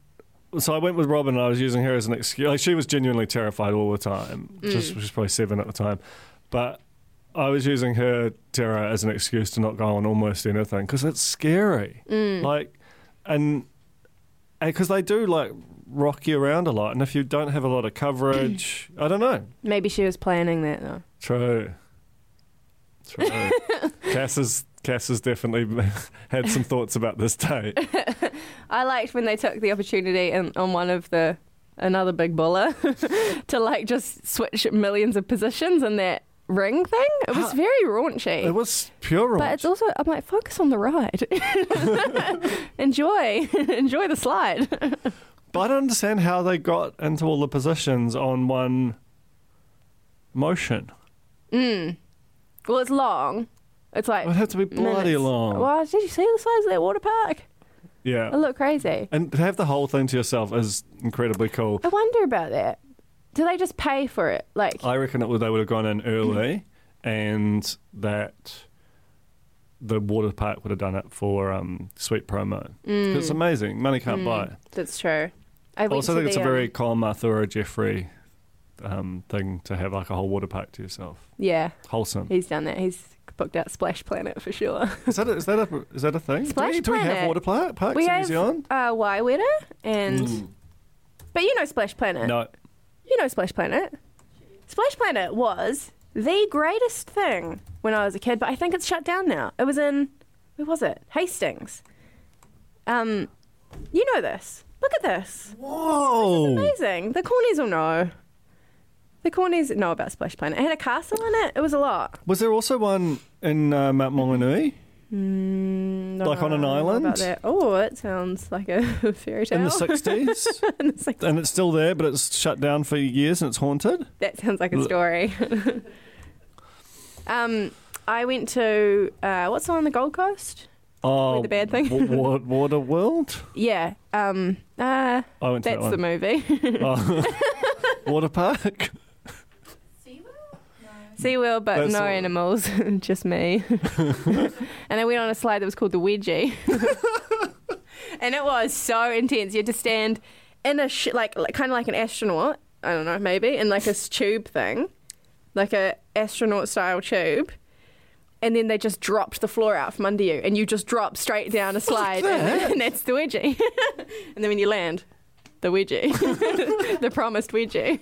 S3: so I went with Robin and I was using her as an excuse. Like she was genuinely terrified all the time. Just, she was probably seven at the time. But I was using her terror as an excuse to not go on almost anything because it's scary. Like, and because they do like rock you around a lot. And if you don't have a lot of coverage, I don't know.
S2: maybe she was planning that though
S3: True.
S2: [laughs]
S3: True. Cass has Cass has definitely [laughs] had some thoughts about
S2: [laughs]
S3: this date.
S2: I liked when they took the opportunity in, on one of the another big buller [laughs] to like just switch millions of positions in that ring thing. It was
S3: Huh.
S2: very raunchy.
S3: It was pure.
S2: But it's also I'm like focus on the ride. [laughs] enjoy, [laughs] enjoy the slide. [laughs]
S3: But I don't understand how they got into all the positions on one motion.
S2: Mm. Well, it's long. It's like
S3: It would have to be bloody
S2: minutes.
S3: long. Uh.
S2: Wow, did you see the size of that water park?
S3: Yeah.
S2: It looked crazy.
S3: And to have the whole thing to yourself is incredibly cool.
S2: I wonder about that. Do they just pay for it? Like,
S3: I reckon it would, they would have gone in
S2: Mm.
S3: early and that the water park would have done it for um, sweet promo. It's
S2: Mm.
S3: amazing. Money can't buy it.
S2: that's true. I
S3: I
S2: went
S3: also
S2: to
S3: think it's
S2: the,
S3: a
S2: um,
S3: very Kyle Martha or a Jeffrey um, thing to have like a whole water park to yourself.
S2: yeah.
S3: Wholesome.
S2: He's done that. He's booked out Splash Planet for sure.
S3: Is that a, is that a, is that a thing? do
S2: Splash
S3: we, do we have
S2: Planet.
S3: water park, parks
S2: we
S3: in
S2: have
S3: New Zealand?
S2: uh, Waireda and, but you know Splash Planet.
S3: No.
S2: You know Splash Planet. Splash Planet was the greatest thing when I was a kid, but I think it's shut down now. It was in where was it? Hastings. Um, you know this. Look at this.
S3: Whoa!
S2: Amazing. The cornies will know. The cornies know about Splash Planet. It had a castle in it. It was a lot.
S3: Was there also one in uh, Mount Maunganui?
S2: No,
S3: Like on an
S2: I don't know
S3: island?
S2: Mm, about that. Oh, it sounds like a [laughs] fairy tale.
S3: in the 60s?
S2: In the six-
S3: and it's still there, but it's shut down for years and it's haunted?
S2: [laughs] That sounds like a story. [laughs] um, I went to uh, what's on the Gold Coast?
S3: Oh,
S2: the bad thing.
S3: wa- wa- water World?
S2: Yeah. Um. Uh,
S3: I went
S2: that's
S3: to
S2: the
S3: that
S2: movie. [laughs]
S3: one. Oh. water park?
S2: Sea World, but
S3: That's
S2: no
S3: all.
S2: animals, [laughs] just
S3: [laughs]
S2: me. and I went on a slide that was called the Wedgie, and it was so intense. You had to stand in a sh- like, like kind of like an astronaut. I don't know, maybe in like a s- tube thing, like a astronaut style tube. And then they just dropped the floor out from under you, and you just drop straight down a slide, [laughs] and, and that's the wedgie. and then when you land, the wedgie, [laughs] the promised wedgie.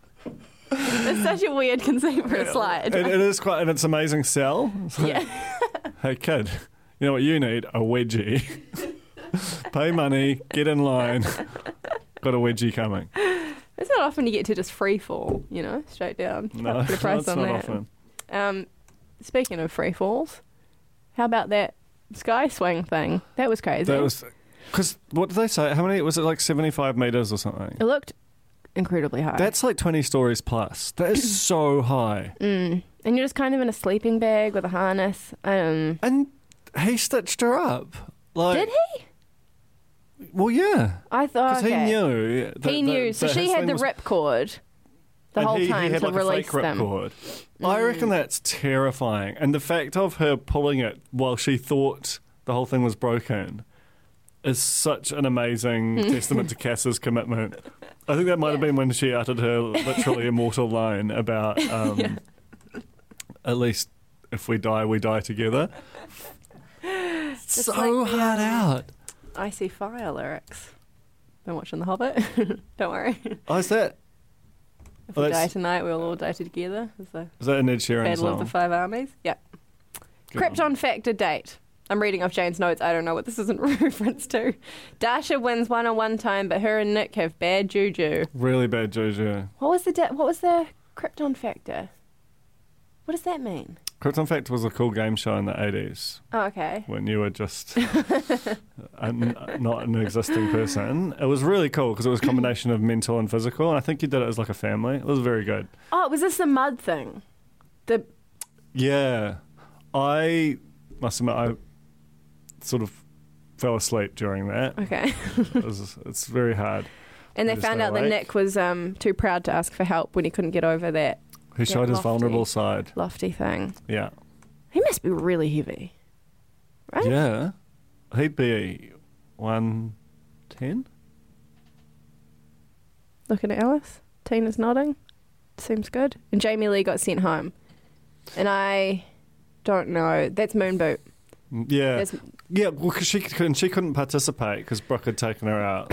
S2: [laughs] it's such a weird conceit for a slide.
S3: It, it is quite, and it's amazing sell. It's like, [laughs] hey kid, you know what you need? A wedgie.
S2: [laughs]
S3: Pay money, get in line. Got a wedgie coming.
S2: It's not often you get to just free fall, you know, straight down. You
S3: No,
S2: can't
S3: [laughs]
S2: put a
S3: that's
S2: price
S3: not
S2: on that.
S3: often.
S2: Um, speaking of free falls, how about that sky swing thing? That was crazy.
S3: That was because what did they say? How many was it? Like seventy-five meters or something.
S2: it looked incredibly high.
S3: That's like twenty stories plus. That
S2: [clears throat]
S3: is so high.
S2: Mm. and you're just kind of in a sleeping bag with a harness. Um,
S3: And he stitched her up. Like,
S2: Did he?
S3: Well, yeah,
S2: I thought
S3: because
S2: okay.
S3: he knew. That,
S2: He knew.
S3: that-
S2: so
S3: that
S2: she
S3: his
S2: had
S3: thing
S2: the
S3: was-
S2: ripcord the
S3: and
S2: whole
S3: he- he
S2: time
S3: had,
S2: to
S3: like, a
S2: release
S3: fake
S2: them. Mm.
S3: ripcord. I reckon that's terrifying, and the fact of her pulling it while she thought the whole thing was broken is such an amazing
S2: [laughs]
S3: testament to Cass's commitment. I think that might have been when she uttered her literally immortal
S2: [laughs]
S3: line about um, at least if we die, we die together. so hard out.
S2: I see fire lyrics. Been watching The Hobbit. [laughs] Don't worry.
S3: Oh, is that
S2: If
S3: Well,
S2: we die
S3: that's-
S2: tonight, we'll all die together. It's the
S3: is that an Ed Sheeran
S2: Battle
S3: song?
S2: of the Five Armies. Yeah.
S3: Good one.
S2: Krypton factor date. I'm reading off Jane's notes. I don't know what this is in [laughs] reference to. Dasha wins one on one time, but her and Nick have bad juju.
S3: Really bad juju.
S2: What was the da- what was the Krypton factor? What does that mean?
S3: Krypton Fact was a cool game show in the 80s.
S2: Oh, okay.
S3: when you were just an, not an existing person. It was really cool because it was a combination of mental and physical. And I think you did it as like a family. It was very good.
S2: Oh, was this the mud thing? The
S3: Yeah. I must admit, I sort of fell asleep
S2: [laughs]
S3: during that.
S2: okay.
S3: It was, it's very hard.
S2: And they
S3: Just
S2: found
S3: not
S2: out that
S3: awake.
S2: Nick was um, too proud to ask for help when he couldn't get over that
S3: He showed his
S2: lofty.
S3: vulnerable side.
S2: lofty thing.
S3: Yeah.
S2: He must be really heavy. Right?
S3: Yeah. He'd be 110?
S2: Looking at Alice. Tina's nodding. Seems good. And Jamie Lee got sent home. And I don't know. That's Moon Boot.
S3: Mm, Yeah.
S2: That's,
S3: yeah, well, 'cause she, couldn't, she couldn't participate because Brooke had taken her out.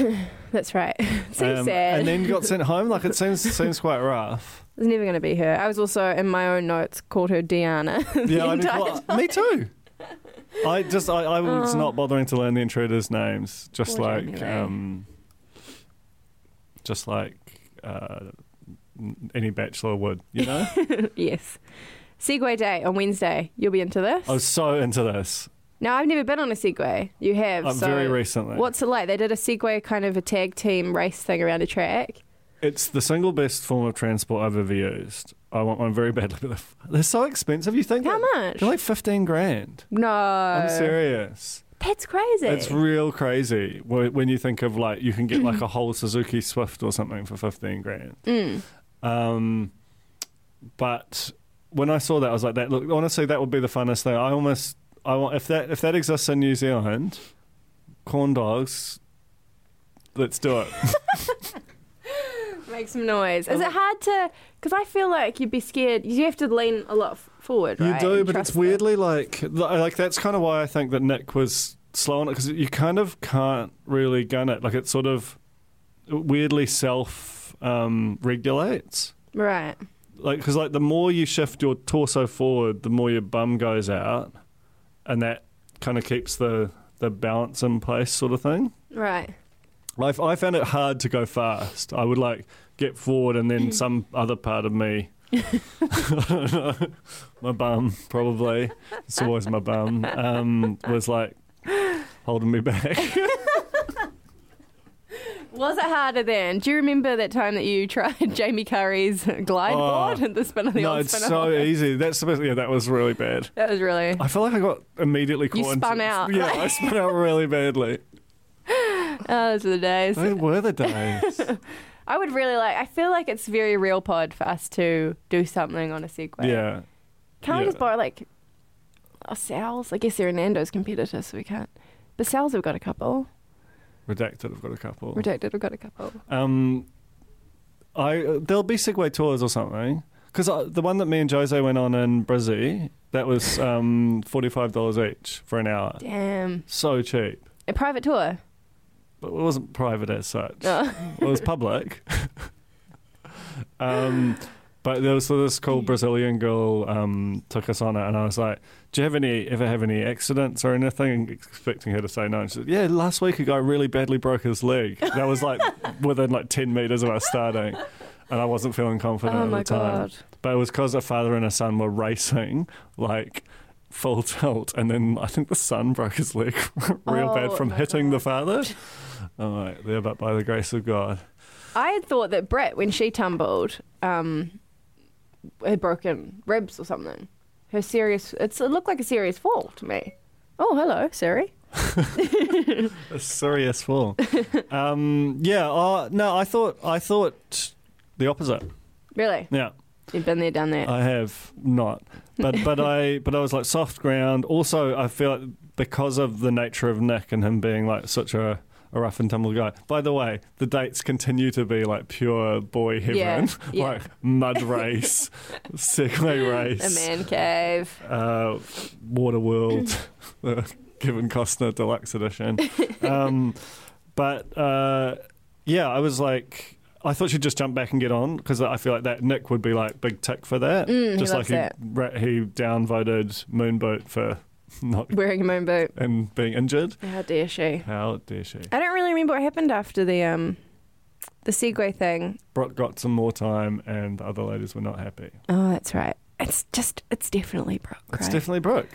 S2: that's right. [laughs] so
S3: Um,
S2: sad.
S3: And then got sent home. Like it
S2: [laughs]
S3: seems seems quite rough.
S2: it's never going to be her. I was also, in my own notes, called her Diana.
S3: Yeah, I mean, well, me too. I just I, I
S2: Oh.
S3: was not bothering to learn the intruders' names. Just
S2: Poor Jamie
S3: like
S2: Lee.
S3: um, just like uh, n- any bachelor would, you
S2: [laughs]
S3: know.
S2: [laughs] yes. Segway day on Wednesday. You'll be into this?
S3: I was so into this.
S2: No, I've never been on a Segway. You have.
S3: Uh,
S2: so
S3: very recently.
S2: What's it like? They did a Segway kind of a tag team race thing around a track.
S3: It's the single best form of transport I've ever used. I want one very badly. but They're so expensive. You think
S2: How
S3: that-
S2: much? Oh.
S3: They're like fifteen grand.
S2: No.
S3: I'm serious.
S2: That's crazy.
S3: It's real crazy wh- when you think of like you can get like a
S2: [clears throat]
S3: whole Suzuki Swift or something for fifteen grand.
S2: Mm.
S3: Um, but when I saw that, I was like, "That look honestly, that would be the funnest thing." I almost, I want if that if that exists in New Zealand, corn dogs. Let's do it.
S2: [laughs] Make some noise. Is it hard to? Because I feel like you'd be scared. You have to lean a lot f- forward.
S3: you
S2: right,
S3: do,
S2: and
S3: but
S2: trust
S3: it's weirdly like li- like that's kind of why I think that Nick was slow on it because you kind of can't really gun it. Like it sort of weirdly self um, regulates.
S2: it. Right.
S3: like because like the more you shift your torso forward, the more your bum goes out, and that kind of keeps the the balance in place, sort of thing.
S2: Right.
S3: I I found it hard to go fast. I would like get forward, and
S2: Mm.
S3: then some other part of me, [laughs] my bum probably, it's always my bum, um, was like holding me back.
S2: Was it harder then? Do you remember that time that you tried [laughs] Jamie Curry's glide
S3: Oh,
S2: board and the spin of [laughs] the
S3: no,
S2: old
S3: it's
S2: spinner?
S3: so e- easy. That's the- yeah, that was really bad.
S2: [laughs] that was really.
S3: I feel like I got immediately caught.
S2: You
S3: into-
S2: spun out.
S3: Yeah, I spun out really badly.
S2: Oh, those were the days.
S3: They were the days.
S2: I would really like. I feel like it's very real pod for us to do something on a Segway.
S3: yeah.
S2: Can't we
S3: Yeah.
S2: just borrow like oh, Sal's? I guess they're Nando's competitors, so we can't. But Sal's have got a couple.
S3: Redacted, I've got a couple.
S2: Redacted have got a couple.
S3: um, I uh, There'll be Segway tours or something. Because the one that me and Jose went on in Brizzy, that was um, $45 each for an hour.
S2: Damn.
S3: So cheap.
S2: A private tour.
S3: But it wasn't private as such.
S2: Oh.
S3: It was
S2: [laughs]
S3: public. um, but there was this cool Brazilian girl um, took us on it, and I was like, "Do you have any ever have any accidents or anything?" Expecting her to say no, and she said, "Yeah, last week a guy really badly broke his leg. That
S2: [laughs]
S3: was like within like ten meters of us starting." And I wasn't feeling confident
S2: Oh
S3: at
S2: my
S3: the time,
S2: God.
S3: but it was because a father and a son were racing, like full tilt, and then I think the son broke his leg [laughs] real bad
S2: Oh
S3: from
S2: my
S3: hitting the
S2: God.
S3: father. All right, there, but by the grace of God.
S2: I had thought that Brett, when she tumbled, um, had broken ribs or something. Her serious. It's, it looked like a serious fall to me. Oh, hello, Siri.
S3: A serious
S2: [laughs]
S3: fool. um, yeah. Uh, no, I thought I thought the opposite.
S2: Really?
S3: Yeah,
S2: You've been there, done that.
S3: I have not. But
S2: [laughs]
S3: but I but I was like soft ground. Also, I feel like because of the nature of Nick and him being like such a a rough and tumble guy. By the way, the dates continue to be like pure boy
S2: Yeah,
S3: heaven, [laughs]
S2: yeah.
S3: like mud race,
S2: [laughs]
S3: Segway
S2: A
S3: race,
S2: man cave.
S3: uh, Waterworld, [laughs] the Kevin Costner deluxe edition.
S2: [laughs]
S3: Um, but uh, yeah, I was like, I thought she'd just jump back and get on because I feel like that Nick would be like big tick for that.
S2: Mm, he
S3: just like
S2: loves
S3: he,
S2: that.
S3: ra- he downvoted Moonboot for not
S2: Wearing a moon boot.
S3: and being injured.
S2: How dare she?
S3: How dare she?
S2: I don't really remember what happened after the um the Segway thing.
S3: Brot got some more time, and the other ladies were not happy.
S2: Oh, that's right. It's just it's definitely Brooke.
S3: It's
S2: right?
S3: definitely Brooke.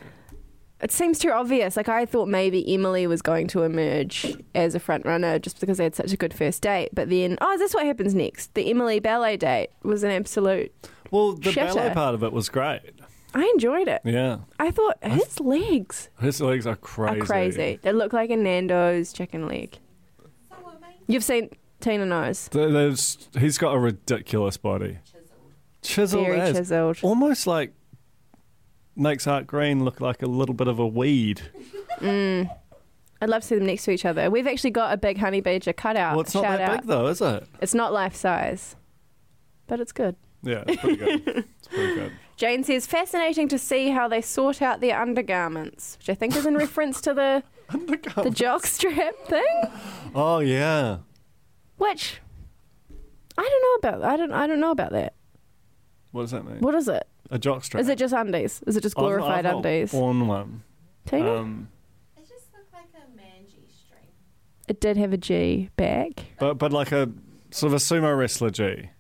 S2: it seems too obvious. Like I thought maybe Emily was going to emerge as a front runner just because they had such a good first date. But then oh, is this what happens next? The Emily ballet date was an absolute
S3: Well, the
S2: Shatter.
S3: ballet part of it was great.
S2: I enjoyed it.
S3: Yeah,
S2: I thought his legs
S3: his legs are crazy.
S2: are crazy. They look like a Nando's chicken leg. You've seen Tina knows.
S3: There- There's, he's got a ridiculous body. Chiseled.
S2: Very
S3: as.
S2: chiseled.
S3: Almost like makes Art Green look like a little bit of a weed.
S2: I'd love to see them next to each other. We've actually got a big honey badger cutout.
S3: well, it's not
S2: Ah, Shout
S3: that
S2: out.
S3: big though, is it?
S2: It's not life size, but it's good.
S3: Yeah, it's pretty good. it's pretty [laughs] good.
S2: Jane says, fascinating to see how they sort out their undergarments, which I think is in [laughs] reference to the, the jock strap thing,
S3: Oh yeah.
S2: which I don't know about. I don't, I don't know about that.
S3: What does that mean?
S2: What is it?
S3: A jockstrap.
S2: Is it just undies? Is it just glorified
S3: I've, I've not
S2: undies?
S3: Worn one.
S2: Tina?
S3: Um,
S7: It just looked like a man G string.
S2: it did have a G back.
S3: but but like a sort of a sumo wrestler G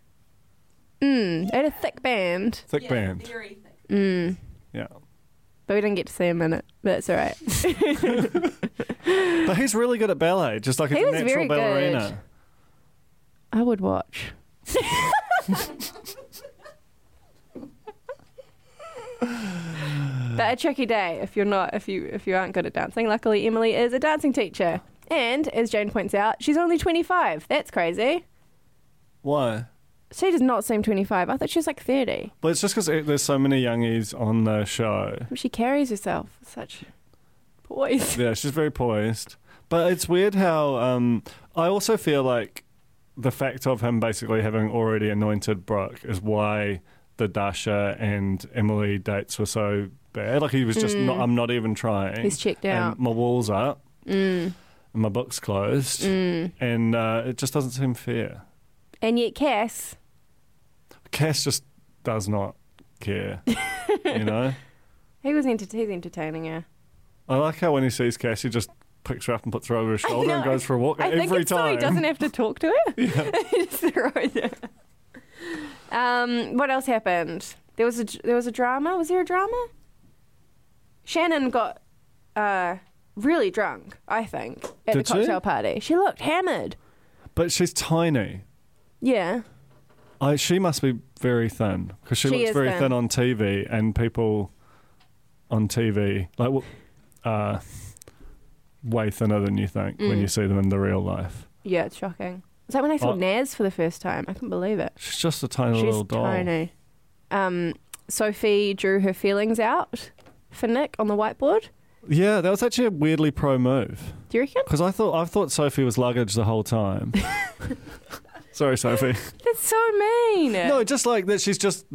S2: Mm, it had a thick band,
S3: thick band.
S7: Very thick.
S3: Yeah.
S2: but we didn't get to see him in it. But it's all right.
S3: But he's really good at ballet, just like
S2: He
S3: a
S2: was
S3: natural
S2: very good.
S3: ballerina.
S2: I would watch. [laughs] but a tricky day if you're not if you if you aren't good at dancing. Luckily, Emily is a dancing teacher, and as Jane points out, she's only 25. That's crazy.
S3: Why?
S2: She does not seem 25. I thought she was like 30.
S3: Well, it's just because there's so many youngies on the show.
S2: But she carries herself with such poise.
S3: [laughs] Yeah, she's very poised. But it's weird how um, I also feel like the fact of him basically having already anointed Brooke is why the Dasha and Emily dates were so bad. Like he was just not. I'm not even trying.
S2: Hmm. He's checked
S3: And
S2: out. Mm.
S3: my walls up. And my book's closed. And uh, it just doesn't seem fair.
S2: And yet, Cass,
S3: Cass just does not care.
S2: [laughs]
S3: you know.
S2: he was enter- he's entertaining her.
S3: I like how when he sees Cass, he just picks her up and puts her over his shoulder and
S2: know.
S3: goes for a walk
S2: I
S3: every
S2: think it's
S3: time.
S2: so he doesn't have to talk to her. [laughs] He just throws her. Um, what else happened? There was a there was a drama. Was there a drama? Shannon got uh, really drunk. I think at
S3: Did
S2: the
S3: she?
S2: cocktail party. She looked hammered.
S3: But she's tiny.
S2: Yeah,
S3: I, she must be very thin because she,
S2: She
S3: looks
S2: is
S3: very
S2: thin.
S3: thin. on TV, and people on TV like w- uh, way thinner than you think
S2: Mm.
S3: when you see them in the real life.
S2: yeah, it's shocking. It's like when I saw
S3: Oh.
S2: Naz for the first time. I couldn't believe it.
S3: She's just a tiny
S2: She's
S3: little doll.
S2: tiny. Um, Sophie drew her feelings out for Nick on the whiteboard.
S3: Yeah, that was actually a weirdly pro move
S2: Do you reckon?
S3: because I thought I thought Sophie was luggage the
S2: [laughs]
S3: whole time. Sorry, Sophie.
S2: That's so mean.
S3: No, just like that. She's just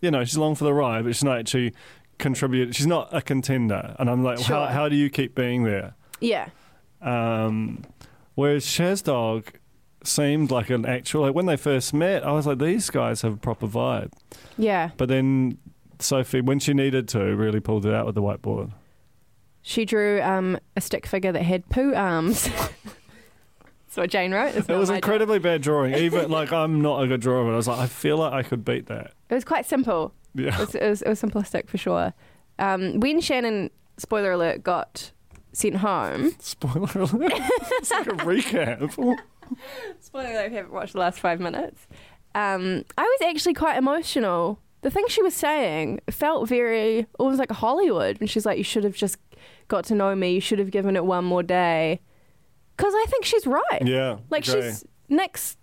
S3: you know she's along for the ride, but she's not actually contribute. She's not a contender, and I'm like, how
S2: Sure.
S3: how do you keep being there?
S2: Yeah.
S3: Um, whereas Shaz Dog seemed like an actual, like when they first met, I was like, these guys have a proper vibe.
S2: Yeah.
S3: But then Sophie, when she needed to, really pulled it out with the whiteboard.
S2: She drew um, a stick figure that had poo arms. [laughs] That's what Jane wrote. It's
S3: it
S2: not
S3: was
S2: my drawing.
S3: incredibly
S2: [laughs]
S3: bad drawing. Even like, I'm not a good drawer, but I was like, I feel like I could beat that.
S2: It was quite simple. It
S3: Yeah. [laughs]
S2: was, it was, it was simplistic for sure. Um, when Shannon, spoiler alert, got sent home.
S3: Spoiler alert.
S2: [laughs]
S3: it's like a recap.
S2: Spoiler alert if you haven't watched the last five minutes. Um, I was actually quite emotional the thing she was saying felt very almost like Hollywood. And she's like, you should have just got to know me. You should have given it one more day. Because I think she's right.
S3: Yeah.
S2: Like
S3: agree.
S2: she's Nick's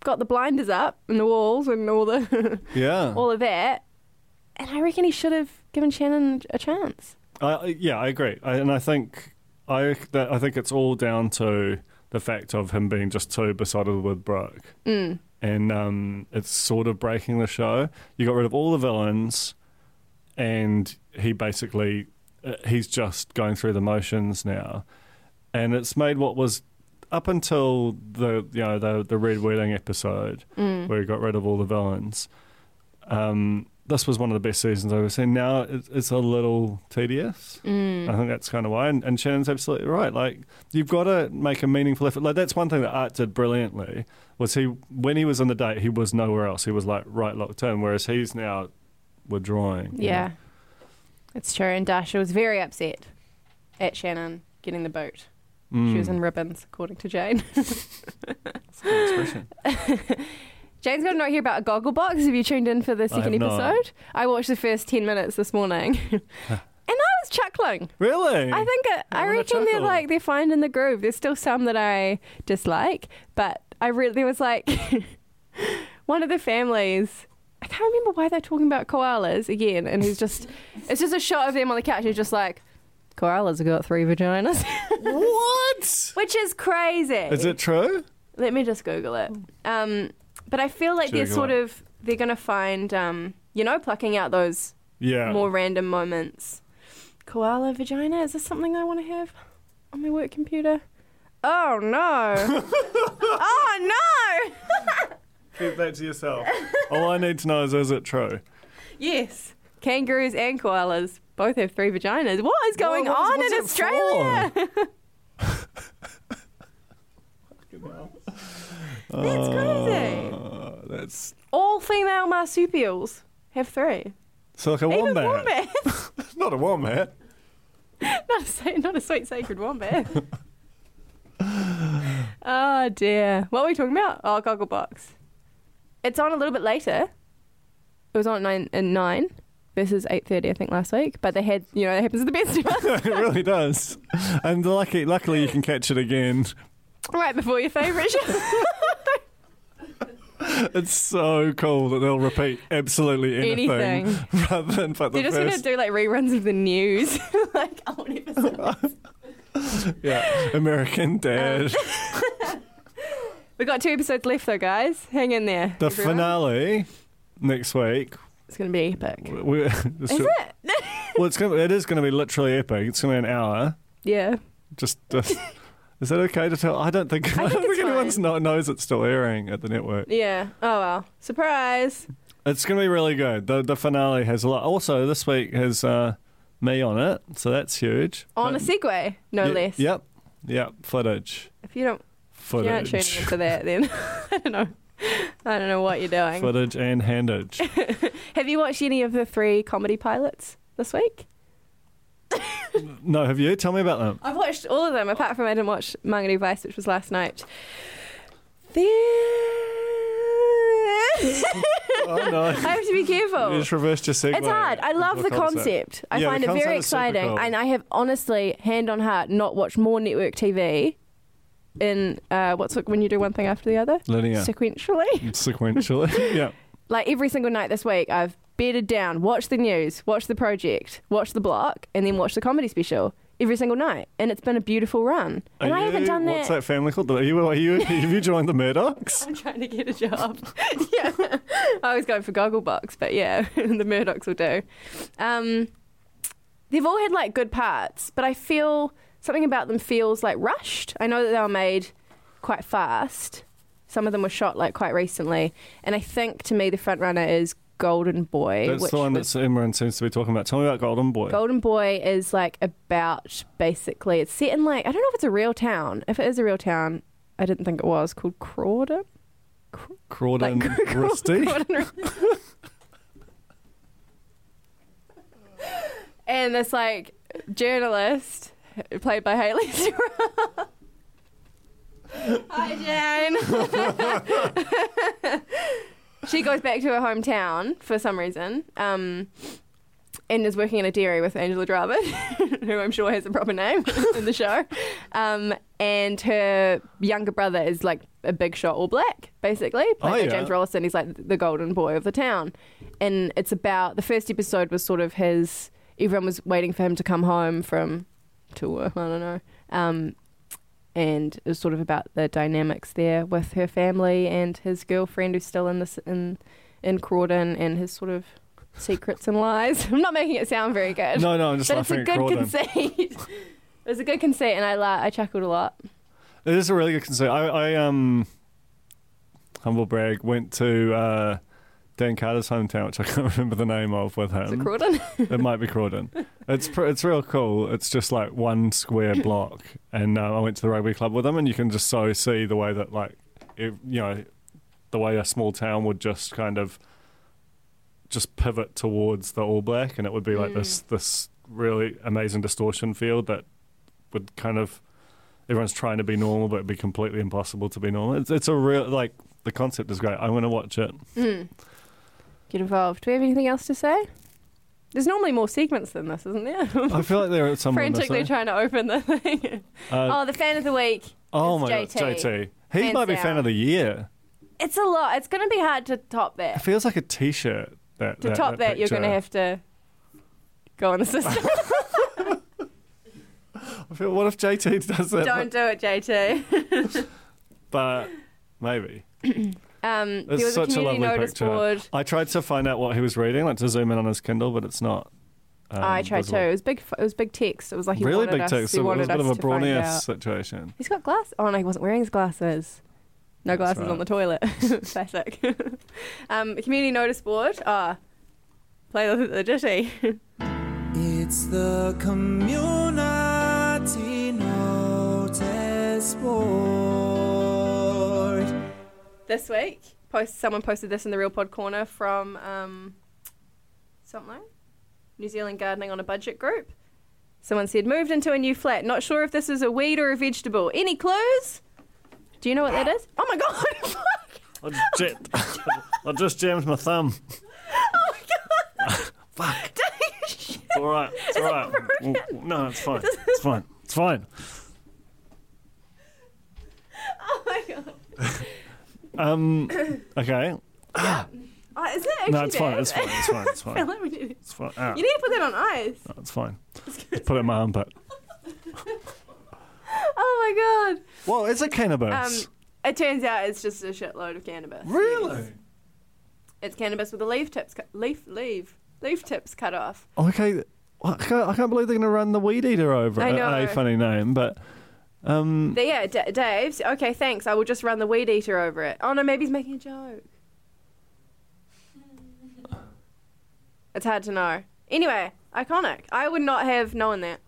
S2: got the blinders up and the walls and all
S3: [laughs]
S2: the
S3: Yeah.
S2: all of that, and I reckon he should have given Shannon a chance.
S3: I, I- yeah, I agree, I, and I think I that, I think it's all down to the fact of him being just too besotted with Brooke, and um, it's sort of breaking the show. You got rid of all the villains, and he basically uh, he's just going through the motions now, and it's made what was up until the you know the the red wedding episode
S2: Mm.
S3: where he got rid of all the villains. Um, this was one of the best seasons I've ever seen. Now it- it's a little tedious.
S2: Mm.
S3: I think that's kind of why. And, and Shannon's absolutely right. Like you've got to make a meaningful effort. Like that's one thing that Art did brilliantly was he when he was on the date he was nowhere else. He was like right locked in. Whereas he's now withdrawing. you know?
S2: it's true. And Dasha was very upset at Shannon getting the boot.
S3: Mm.
S2: She
S3: Hmm.
S2: was in ribbons, according to Jane. [laughs] Jane's got a note here about a goggle box. Have you tuned in for the second
S3: have not.
S2: episode? I watched the first ten minutes this morning, [laughs] and I was chuckling.
S3: [laughs] Really?
S2: I think it, I
S3: wanna
S2: reckon they're
S3: chuckle.
S2: like they're finding the groove. There's still some that I dislike, but I really there was like [laughs] one of the families. I can't remember why they're talking about koalas again, and he's just it's just a shot of them on the couch. He's just like koalas have got three vaginas, [laughs]
S3: what?
S2: which is crazy.
S3: Is it true?
S2: Let me just Google it. Um, but I feel like
S3: Should I
S2: they're
S3: go
S2: sort
S3: up?
S2: of they're gonna find um, you know plucking out those
S3: Yeah.
S2: more random moments. Koala vagina? Is this something I want to have on my work computer? Oh
S3: [laughs]
S2: no! oh no!
S3: Keep that to yourself. [laughs] all I need to know is is it true?
S2: Yes. Kangaroos and koalas both have three vaginas. What is going
S3: What- what-
S2: on in
S3: what's it
S2: Australia?
S3: for? Oh.
S2: [laughs]
S3: [laughs]
S2: That's crazy.
S3: Uh, that's
S2: All female marsupials have three.
S3: so like a
S2: Even
S3: wombat.
S2: wombat.
S3: Not a wombat. [laughs]
S2: [laughs] not, a, sa- not a sweet sacred wombat. [laughs] oh dear. What were we talking about? Oh, Gogglebox. It's on a little bit later. It was on at nine, at nine versus eight thirty, I think, last week. But they had, you know, it happens at the best of us, [laughs]
S3: it really does. And lucky, luckily, you can catch it again.
S2: right before your favourite show. [laughs]
S3: It's so cool that they'll repeat absolutely anything,
S2: Anything.
S3: [laughs] rather than put the
S2: They're just going to
S3: first.
S2: do like reruns of the news, [laughs] like old episodes.
S3: yeah,
S2: [laughs]
S3: American Dad.
S2: We got two episodes left though, guys. Hang in there.
S3: the
S2: everyone.
S3: finale next week.
S2: It's going to be epic.
S3: We, [laughs] is
S2: Is it?
S3: Well, it's gonna, it is going to be literally epic. It's going to be an hour.
S2: yeah.
S3: Just.
S2: [laughs]
S3: just Is that okay to tell? I don't think, [laughs] I
S2: think
S3: don't think
S2: it's
S3: anyone's
S2: fine.
S3: not knows it's still airing at the network.
S2: Yeah. Oh well. Surprise.
S3: It's going to be really good. The the finale has a lot. Also, this week has uh, me on it, so that's huge.
S2: Oh, On a
S3: But-
S2: segue, no
S3: Ye-
S2: less.
S3: Yep. Yep. Footage.
S2: If you don't If you're not
S3: Footage.
S2: tuning in for that, then [laughs] I don't know. I don't know what you're doing.
S3: Footage and handage.
S2: [laughs] Have you watched any of the three comedy pilots this week?
S3: no, have you? Tell me
S2: [laughs]
S3: about them.
S2: I've watched all of them, apart from I didn't watch Mangani Vice, which was last night. [laughs] There-
S3: Oh, no.
S2: I have to be
S3: You
S2: careful.
S3: just reversed your segue.
S2: Oh. It's hard. I love the concept. I
S3: Yeah, the
S2: find it very
S3: concept is super
S2: exciting.
S3: cool.
S2: And I have honestly, hand on heart, not watched more network TV in uh, what's it when you do one thing after the other?
S3: Linear.
S2: Sequentially.
S3: Sequentially. [laughs] yeah.
S2: like every single night this week, I've bedded down, watched the news, watched the project, watched the block, and then watched the comedy special every single night. And it's been a beautiful run. And
S3: Are
S2: I haven't
S3: you-
S2: done
S3: What's
S2: that.
S3: that family called? Are you, are you, [laughs] have you joined the Murdochs?
S2: I'm [laughs] trying to get a job. yeah. I was going for Gogglebox, but yeah, [laughs] the Murdochs will do. Um, they've all had like good parts, but I feel something about them feels like rushed. I know that they were made quite fast. Some of them were shot like quite recently, and I think to me the front runner is Golden Boy.
S3: That's
S2: which
S3: the one
S2: was-
S3: that everyone seems to be talking about. Tell me about Golden Boy.
S2: Golden Boy is like about basically it's set in like I don't know if it's a real town. If it is a real town, I didn't think it was called Crawdon.
S3: Crawdon
S2: [laughs]
S3: Rusty.
S2: and this like journalist played by Haley Stewart. Hi Jane. [laughs] she goes back to her hometown for some reason um, and is working in a dairy with Angela Dravid, [laughs] who I'm sure has a proper name [laughs] in the show. Um, and her younger brother is like a big shot all black, basically. Played
S3: Oh,
S2: by
S3: yeah.
S2: James Rollison. He's like the golden boy of the town. And it's about the first episode was sort of his, everyone was waiting for him to come home from tour, I don't know. Um, and it was sort of about the dynamics there with her family and his girlfriend who's still in this in in Crawdon and his sort of secrets and lies. [laughs] I'm not making it sound very good.
S3: No, no, I'm just
S2: but it's
S3: laughing
S2: a
S3: at
S2: good
S3: Crawdon.
S2: conceit. [laughs] it was a good conceit, and I la- I chuckled a lot.
S3: It is a really good concern. I, I um, humble brag, went to uh, Dan Carter's hometown, which I can't [laughs] remember the name of, with
S2: Is it [laughs]
S3: him.
S2: Crawdon?
S3: it might be Crawdon. It's pr- it's real cool. It's just like one square block, and uh, I went to the rugby club with him, and you can just so see the way that like, it, you know, the way a small town would just kind of just pivot towards the All Black, and it would be like this this really amazing distortion field that would kind of everyone's trying to be normal, but it'd be completely impossible to be normal. It's, it's a real like the concept is great. I'm gonna watch it.
S2: Hmm. Get involved. Do we have anything else to say? There's normally more segments than this, isn't there? [laughs]
S3: I feel like they're at some
S2: Frantically trying to open the thing.
S3: eh? Uh,
S2: oh, the fan of the week.
S3: Oh
S2: It's
S3: my
S2: JT.
S3: god, JT. He
S2: Hands
S3: might be
S2: down.
S3: fan of the year.
S2: It's a lot. It's going to be hard to top
S3: It
S2: that.
S3: feels like a t-shirt. That,
S2: To top that, you're going to have
S3: picture.
S2: to go
S3: [laughs]
S2: on the system. [laughs]
S3: I feel, what if JT [laughs] does that?
S2: Don't do it, JT.
S3: But maybe.
S2: Um, there was
S3: It's
S2: a
S3: such a,
S2: community
S3: lovely
S2: notice
S3: picture.
S2: board.
S3: I tried to find out what he was reading, like to zoom in on his Kindle, but it's not. um,
S2: I tried too. It
S3: visible.
S2: was big. It was big text. It was like he
S3: Really
S2: wanted
S3: big
S2: us,
S3: text.
S2: He
S3: So it was
S2: wanted
S3: a bit
S2: us
S3: of a
S2: to find
S3: Brawnius
S2: out.
S3: situation.
S2: He's got glasses. Oh no, he wasn't wearing his glasses. No
S3: That's
S2: glasses
S3: right.
S2: on the toilet. [laughs] Classic. um, community notice board. Ah, play the, the ditty.
S8: It's the community notice board.
S2: this week, post someone posted this in the Real Pod Corner from um, something, New Zealand Gardening on a Budget group. Someone said moved into a new flat. Not sure if this is a weed or a vegetable. Any clues? Do you know what that is? Oh my god!
S3: [laughs]
S2: [laughs]
S3: I just, jet- I just jammed my thumb.
S2: oh my god! [laughs]
S3: Fuck.
S2: Dang, shit.
S3: It's all right. It's all
S2: [laughs]
S3: right. No, it's fine. It's fine. It's fine.
S2: Oh my god!
S3: Um. Okay.
S2: Oh, is it actually
S3: No, it's fine.
S2: bad? [laughs]
S3: It's fine. It's fine. It's
S2: I
S3: fine. Uh.
S2: like when you-
S3: It's fine. Ah,
S2: you need to put that on ice.
S3: it's fine. Just put it in my armpit.
S2: Oh my god!
S3: Well, it's a cannabis.
S2: Um, it turns out it's just a shitload of cannabis. Yes. It's cannabis with the leaf tips, cu- leaf leaf leaf tips cut off.
S3: Okay. I can't, I can't believe they're going to run the weed eater over.
S2: I
S3: it.
S2: know.
S3: A funny name, but um,
S2: The- yeah, D- Dave. Okay, thanks. I will just run the weed eater over it. Oh no, maybe he's making a
S3: [laughs]
S2: joke. It's hard to know. Anyway, iconic. I would not have known that.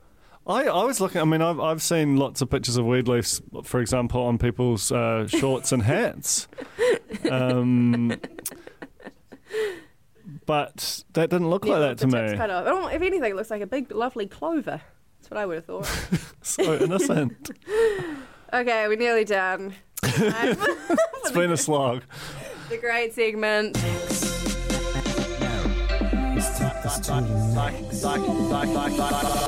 S3: I, I was looking. I mean, I've I've seen lots of pictures of weed leaves, for example, on people's uh, shorts
S2: [laughs]
S3: and hats. Um, but that didn't look like
S2: Yeah,
S3: that to
S2: the tips
S3: me.
S2: Cut off. I don't, if anything, it looks like a big, lovely clover. That's what I would have
S3: [laughs]
S2: thought.
S3: So
S2: [laughs]
S3: innocent.
S2: okay, we're nearly done. Time for
S3: it's been a slog.
S2: the great segment.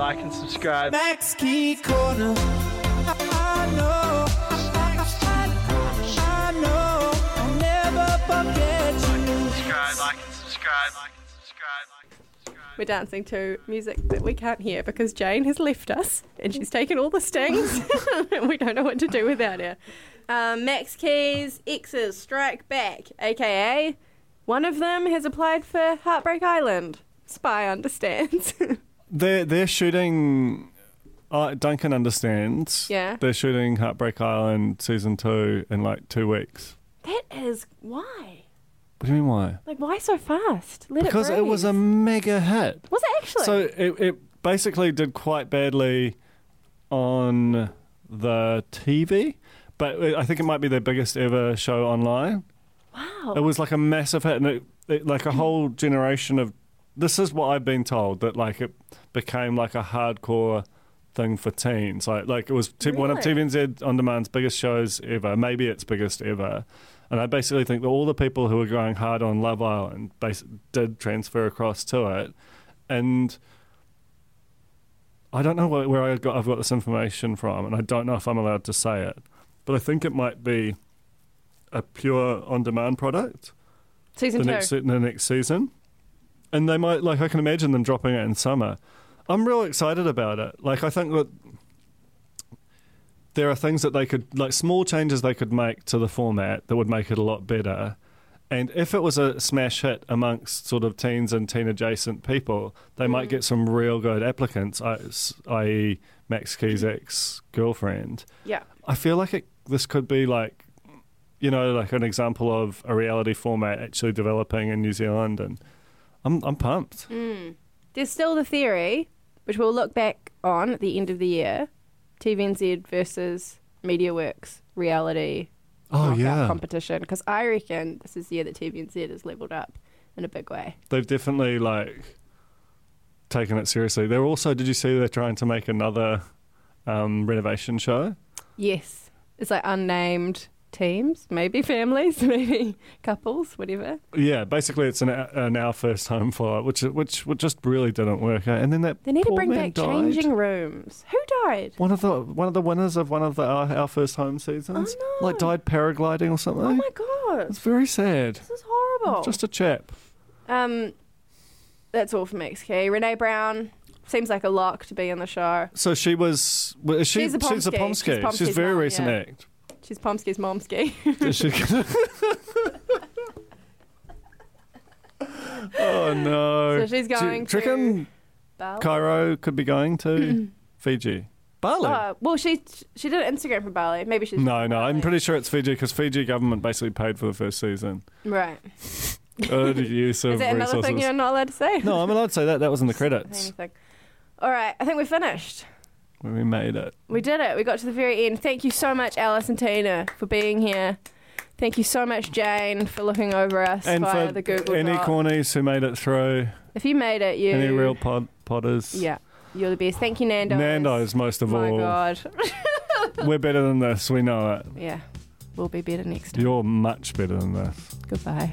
S8: Max Key Corner. I- I know. I- I- I know. I'll never forget you.
S2: We're dancing to music that we can't hear because Jane has left us and she's taken all the stings [laughs] and we don't know what to do without her. Um, Max Keys, X's Strike Back, aka one of them has applied for Heartbreak Island. Spy understands. [laughs]
S3: They're they're shooting. Uh, Duncan understands.
S2: Yeah.
S3: They're shooting Heartbreak Island season two in like two weeks.
S2: that is why.
S3: What do you mean why?
S2: Like, why so fast? Let
S3: Because
S2: it
S3: it was a mega hit.
S2: Was it actually?
S3: So it, it basically did quite badly on the TV, but it- I think it might be their biggest ever show online.
S2: wow. Mm-hmm.
S3: It was like a massive hit, and it, it, like a whole generation of. This is what I've been told that like it became like a hardcore thing for teens. Like like it was t- one of
S2: Really?
S3: TVNZ On Demand's biggest shows ever, maybe its biggest ever. And I basically think that all the people who were going hard on Love Island bas- did transfer across to it. And I don't know where, where I got, I've got this information from, and I don't know if I'm allowed to say it, but I think it might be a pure on demand product
S2: Season
S3: the
S2: two.
S3: next se- the next season, and they might like I can imagine them dropping it in summer. I'm real excited about it. Like I think that there are things that they could like small changes they could make to the format that would make it a lot better. And if it was a smash hit amongst sort of teens and teen adjacent people, they
S2: Mm.
S3: might get some real good applicants, I- s- i.e., Max Key's ex girlfriend.
S2: yeah.
S3: I feel like it, this could be like, you know, like an example of a reality format actually developing in New Zealand, and I'm I'm pumped.
S2: Mm. There's still the theory, which we'll look back on at the end of the year TVNZ versus MediaWorks reality
S3: Oh
S2: knockout competition. Because I reckon this is the year that TVNZ has leveled up in a big way.
S3: they've definitely like taken it seriously. They're also, did you see they're trying to make another um, renovation show?
S2: Yes. It's like unnamed teams, maybe families, [laughs] maybe couples, whatever.
S3: Yeah, basically it's an an our first home flight, which which which just really didn't work. out. And then that
S2: They need
S3: poor
S2: to bring
S3: man
S2: back
S3: died.
S2: changing rooms. Who died?
S3: One of the one of the winners of one of the uh, our, our first home seasons,
S2: no.
S3: like died paragliding or something.
S2: Oh my Oh. god.
S3: It's very sad.
S2: This is horrible.
S3: Just a chap.
S2: Um, that's all for MXK. Renee Brown seems like a lock to be on the show.
S3: So she was. well, is she,
S2: She's a
S3: She's a
S2: Pomsky.
S3: Pomsky.
S2: She's Pomsky's
S3: She's, a very
S2: mum,
S3: recent
S2: yeah. [laughs]
S3: act.
S2: She's Pomsky's [laughs] momski.
S3: Is she gonna- [laughs] oh no!
S2: So she's
S3: Do you-
S2: going
S3: do you reckon
S2: Bali.
S3: Cairo could be
S2: [clears throat]
S3: going to Fiji. Bali.
S2: Oh, well, she she did an Instagram for Bali. Maybe she's
S3: no, no, I'm
S2: Bali.
S3: pretty sure it's Fiji because Fiji government basically paid for the first season.
S2: right. [laughs]
S3: Good use of
S2: Is that another
S3: resources.
S2: thing you're not allowed to say? [laughs]
S3: no, I mean I'd say that that was in the credits.
S2: Anything. All right, I think we're finished.
S3: We made it.
S2: We did it. We got to the very end. Thank you so much, Alice and Tina, for being here. Thank you so much, Jane, for looking over us
S3: And
S2: via
S3: for
S2: the Google
S3: any
S2: Doc.
S3: cornies who made it through,
S2: if you made it, you
S3: any real pod, potters,
S2: yeah, you're the best. Thank you, Nando's.
S3: Nando's most of
S2: My
S3: all.
S2: God.
S3: We're better than this. We know it.
S2: yeah, we'll be better next time.
S3: You're much better than this.
S2: Goodbye.